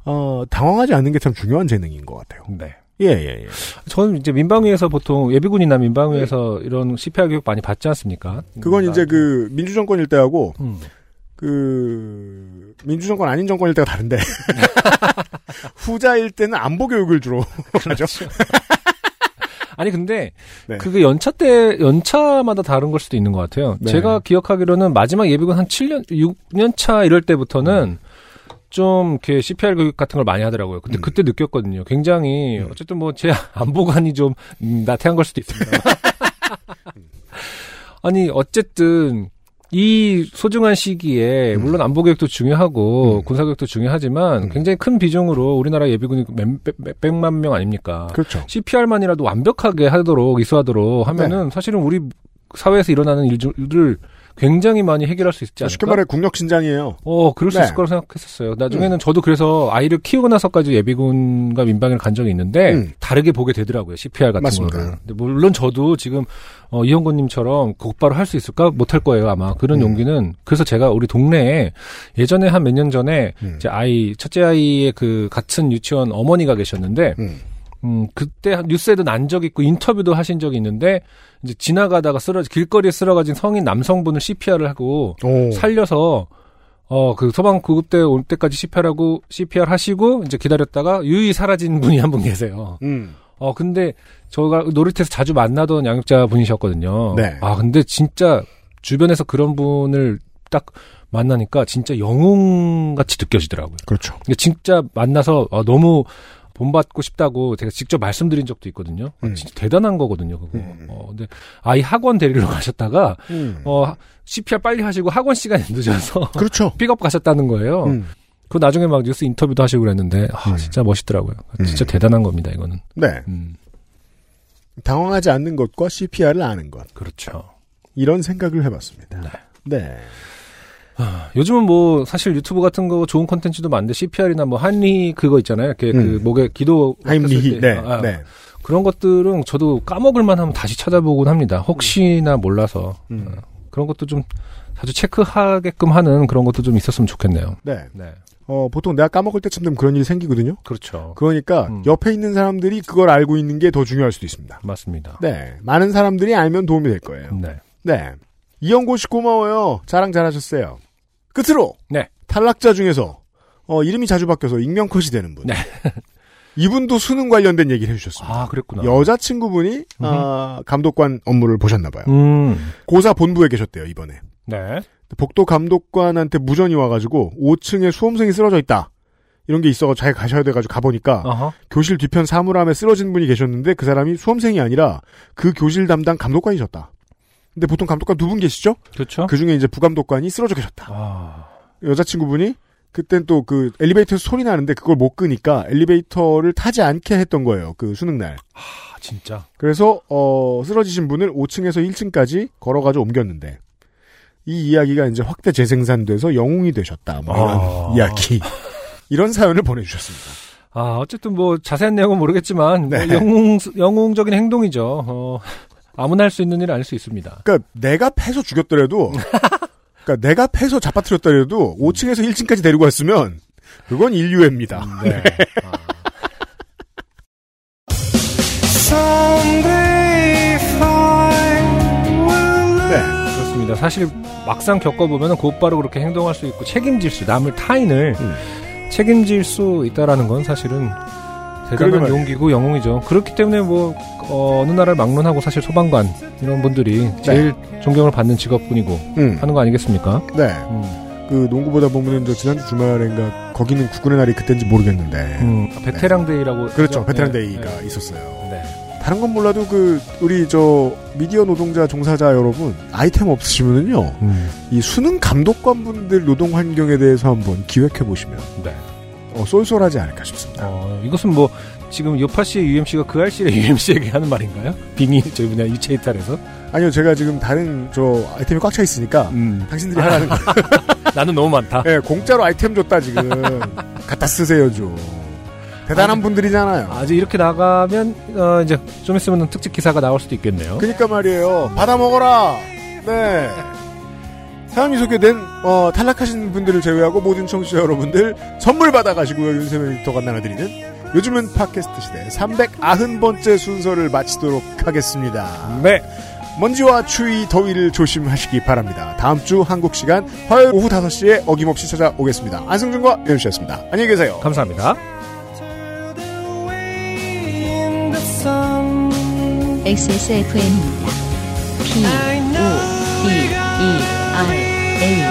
Speaker 3: 어, 당황하지 않는 게 참 중요한 재능인 것 같아요.
Speaker 2: 네.
Speaker 3: 예, 예, 예.
Speaker 2: 저는 이제 민방위에서 보통 예비군이나 민방위에서 이런 CPR 교육 많이 받지 않습니까?
Speaker 3: 네. 그건
Speaker 2: 나-
Speaker 3: 이제 그 민주정권일 때하고
Speaker 2: 음.
Speaker 3: 그 민주정권 아닌 정권일 때가 다른데 후자일 때는 안보 교육을 주로 하죠.
Speaker 2: 아니 근데
Speaker 3: 네.
Speaker 2: 그게 연차 때 연차마다 다른 걸 수도 있는 것 같아요.
Speaker 3: 네.
Speaker 2: 제가 기억하기로는 마지막 예비군 한 7년 6년 차 이럴
Speaker 3: 음.
Speaker 2: 때부터는 좀 이렇게 CPR 교육 같은 걸 많이 하더라고요.
Speaker 3: 음.
Speaker 2: 근데 그때 느꼈거든요. 굉장히 어쨌든 뭐 제 안보관이 좀 음, 나태한 걸 수도 있습니다. 아니 어쨌든 이 소중한 시기에
Speaker 3: 음.
Speaker 2: 물론 안보 교육도 중요하고 군사 교육도 중요하지만 굉장히 큰 비중으로 우리나라 예비군이 몇, 몇, 몇 백만 명 아닙니까?
Speaker 3: 그렇죠.
Speaker 2: CPR만이라도 완벽하게 하도록 이수하도록 하면은
Speaker 3: 네.
Speaker 2: 사실은 우리 사회에서 일어나는 일들을 굉장히 많이 해결할 수 있지 않을까?
Speaker 3: 쉽게 말해 국력 신장이에요.
Speaker 2: 어, 그럴 수
Speaker 3: 네. 음.
Speaker 2: 있을 거라고 생각했었어요. 나중에는 저도 그래서 아이를 키우고 나서까지 예비군과 민방위를 간 적이 있는데
Speaker 3: 음.
Speaker 2: 다르게 보게 되더라고요. CPR 같은
Speaker 3: 맞습니다.
Speaker 2: 거를. 근데 물론 저도 지금 어, 이형곤 님처럼 곧바로 할 수 있을까? 못 할 거예요, 아마. 그런
Speaker 3: 음.
Speaker 2: 용기는 그래서 제가 우리 동네에 예전에 한 몇 년 전에
Speaker 3: 음.
Speaker 2: 이제 아이 첫째 아이의 그 같은 유치원 어머니가 계셨는데
Speaker 3: 음.
Speaker 2: 음, 그때 한- 뉴스에도 난 적 있고 인터뷰도 하신 적이 있는데 이제 지나가다가 쓰러 길거리에 쓰러가진 성인 남성분을 CPR을 하고
Speaker 3: 오.
Speaker 2: 네. 살려서 어 그 소방 구급대 올 때까지 CPR하고 CPR 하시고 이제 기다렸다가 유유히 사라진 분이 한 분 계세요.
Speaker 3: 음.
Speaker 2: 어 근데 저가 놀이터에서 자주 만나던 양육자 분이셨거든요.
Speaker 3: 네.
Speaker 2: 아 근데 진짜 주변에서 그런 분을 딱 만나니까 진짜 영웅 같이 느껴지더라고요.
Speaker 3: 그렇죠.
Speaker 2: 근데 진짜 만나서 아, 너무 본받고 싶다고 제가 직접 말씀드린 적도 있거든요. 아,
Speaker 3: 음.
Speaker 2: 진짜 대단한 거거든요, 그거.
Speaker 3: 음.
Speaker 2: 어, 근데 아이 학원 데리러 가셨다가
Speaker 3: 음.
Speaker 2: 어 하- CPR 빨리 하시고 학원 시간이 늦어서
Speaker 3: 그렇죠.
Speaker 2: 픽업 가셨다는 거예요.
Speaker 3: 음.
Speaker 2: 그 나중에 막 뉴스 인터뷰도 하시고 그랬는데 아,
Speaker 3: 음.
Speaker 2: 진짜 멋있더라고요. 진짜
Speaker 3: 음.
Speaker 2: 대단한 겁니다, 이거는.
Speaker 3: 네.
Speaker 2: 음,
Speaker 3: 당황하지 않는 것과 CPR을 아는 것
Speaker 2: 그렇죠.
Speaker 3: 이런 생각을 해봤습니다. 네.
Speaker 2: 아, 요즘은 뭐 사실 유튜브 같은 거 좋은 콘텐츠도 많은데 CPR이나 뭐 한리 그거 있잖아요. 이렇게 그
Speaker 3: 음.
Speaker 2: 목에 기도 했을 때.
Speaker 3: 하임리히. 네.
Speaker 2: 아, 아,
Speaker 3: 네.
Speaker 2: 그런 것들은 저도 까먹을만 하면 다시 찾아보곤 합니다. 혹시나 몰라서
Speaker 3: 음.
Speaker 2: 어, 그런 것도 좀 자주 체크하게끔 하는 그런 것도 좀 있었으면 좋겠네요.
Speaker 3: 네.
Speaker 2: 네.
Speaker 3: 어, 보통 내가 까먹을 때쯤 되면 그런 일이 생기거든요.
Speaker 2: 그렇죠.
Speaker 3: 그러니까 옆에 있는 사람들이 그걸 알고 있는 게 더 중요할 수도 있습니다.
Speaker 2: 맞습니다.
Speaker 3: 네. 많은 사람들이 알면 도움이 될 거예요.
Speaker 2: 네.
Speaker 3: 네. 이영곤 씨 고마워요. 자랑 잘하셨어요. 끝으로
Speaker 2: 네.
Speaker 3: 탈락자 중에서 어, 이름이 자주 바뀌어서 익명컷이 되는
Speaker 2: 네.
Speaker 3: 분. 이분도 수능 관련된 얘기를 해주셨습니다.
Speaker 2: 아, 그랬구나.
Speaker 3: 여자친구분이 아, 감독관 업무를 보셨나봐요.
Speaker 2: 음.
Speaker 3: 고사 본부에 계셨대요 이번에.
Speaker 2: 네.
Speaker 3: 복도 감독관한테 무전이 와가지고 5층에 수험생이 쓰러져 있다. 이런 게 있어서 잘 가셔야 돼가지고 가보니까
Speaker 2: 어허.
Speaker 3: 교실 뒤편 사물함에 쓰러진 분이 계셨는데 그 사람이 수험생이 아니라 그 교실 담당 감독관이셨다. 근데 보통 감독관 두 분 계시죠?
Speaker 2: 그렇죠.
Speaker 3: 그 중에 이제 부감독관이 쓰러져 계셨다.
Speaker 2: 아.
Speaker 3: 여자친구분이 그땐 또 그 엘리베이터에서 소리 나는데 그걸 못 끄니까 엘리베이터를 타지 않게 했던 거예요. 그 수능날.
Speaker 2: 아, 진짜.
Speaker 3: 그래서 어, 쓰러지신 분을 5층에서 1층까지 걸어가지고 옮겼는데 이 이야기가 이제 확대 재생산돼서 영웅이 되셨다 뭐 이런
Speaker 2: 아.
Speaker 3: 이야기 이런 사연을 보내주셨습니다.
Speaker 2: 아, 어쨌든 뭐 자세한 내용은 모르겠지만 뭐
Speaker 3: 네.
Speaker 2: 영웅 영웅적인 행동이죠. 어, 아무나 할 수 있는 일을 할수 있습니다.
Speaker 3: 그러니까 내가 패서 죽였더라도 그러니까 내가 패서 잡아뜨렸더라도 5층에서 1층까지 데리고 왔으면 그건 인류애입니다.
Speaker 2: 네.
Speaker 3: 네.
Speaker 2: 그렇습니다. 사실 막상 겪어보면 곧바로 그렇게 행동할 수 있고 책임질 수 남을 타인을 책임질 수 있다라는 건 사실은
Speaker 3: 음. 그러게
Speaker 2: 대단한
Speaker 3: 말이에요.
Speaker 2: 용기고 영웅이죠. 그렇기 때문에 뭐 어, 느 나라를 막론하고 사실 소방관 이런 분들이
Speaker 3: 네.
Speaker 2: 제일 존경을 받는 직업군이고
Speaker 3: 음,
Speaker 2: 하는 거 아니겠습니까?
Speaker 3: 네.
Speaker 2: 음.
Speaker 3: 그 농구보다 보면은 저 지난주 주말인가 거기는 국군의 날이 그때인지 모르겠는데
Speaker 2: 음. 베테랑데이라고
Speaker 3: 그렇죠. 베테랑
Speaker 2: 네,
Speaker 3: 데이가
Speaker 2: 네.
Speaker 3: 있었어요.
Speaker 2: 네.
Speaker 3: 다른 건 몰라도 그 우리 저 미디어 노동자 종사자 여러분 아이템 없으시면은요
Speaker 2: 음.
Speaker 3: 이 수능 감독관 분들 노동 환경에 대해서 한번 기획해 보시면
Speaker 2: 네.
Speaker 3: 어, 쏠쏠하지 않을까 싶습니다.
Speaker 2: 어, 이것은 뭐 지금 요파 씨의 UMC가 그 알씨의 UMC에게 하는 말인가요? 빙의 저희 뭐냐 유체 이탈에서
Speaker 3: 아니요 제가 지금 다른 저 아이템이 꽉 차 있으니까
Speaker 2: 음.
Speaker 3: 당신들이 하라는 거
Speaker 2: 나는 너무 많다.
Speaker 3: 예 공짜로 아이템 줬다 지금 갖다 쓰세요 좀 대단한 분들이잖아요.
Speaker 2: 아직 이렇게 나가면 어, 이제 좀 있으면 특집 기사가 나올 수도 있겠네요.
Speaker 3: 그러니까 말이에요. 받아 먹어라. 네. 사연이 소개된 어, 탈락하신 분들을 제외하고 모든 청취자 여러분들 선물 받아가시고요. 윤세민 리터가 나눠드리는 요즘은 팟캐스트 시대 390번째 순서를 마치도록 하겠습니다.
Speaker 2: 네.
Speaker 3: 먼지와 추위, 더위를 조심하시기 바랍니다. 다음 주 한국 시간 화요일 오후 5시에 어김없이 찾아오겠습니다. 안승준과 유현 씨였습니다. 안녕히 계세요.
Speaker 2: 감사합니다.
Speaker 1: XSFM입니다. P, O, D, E, R, A.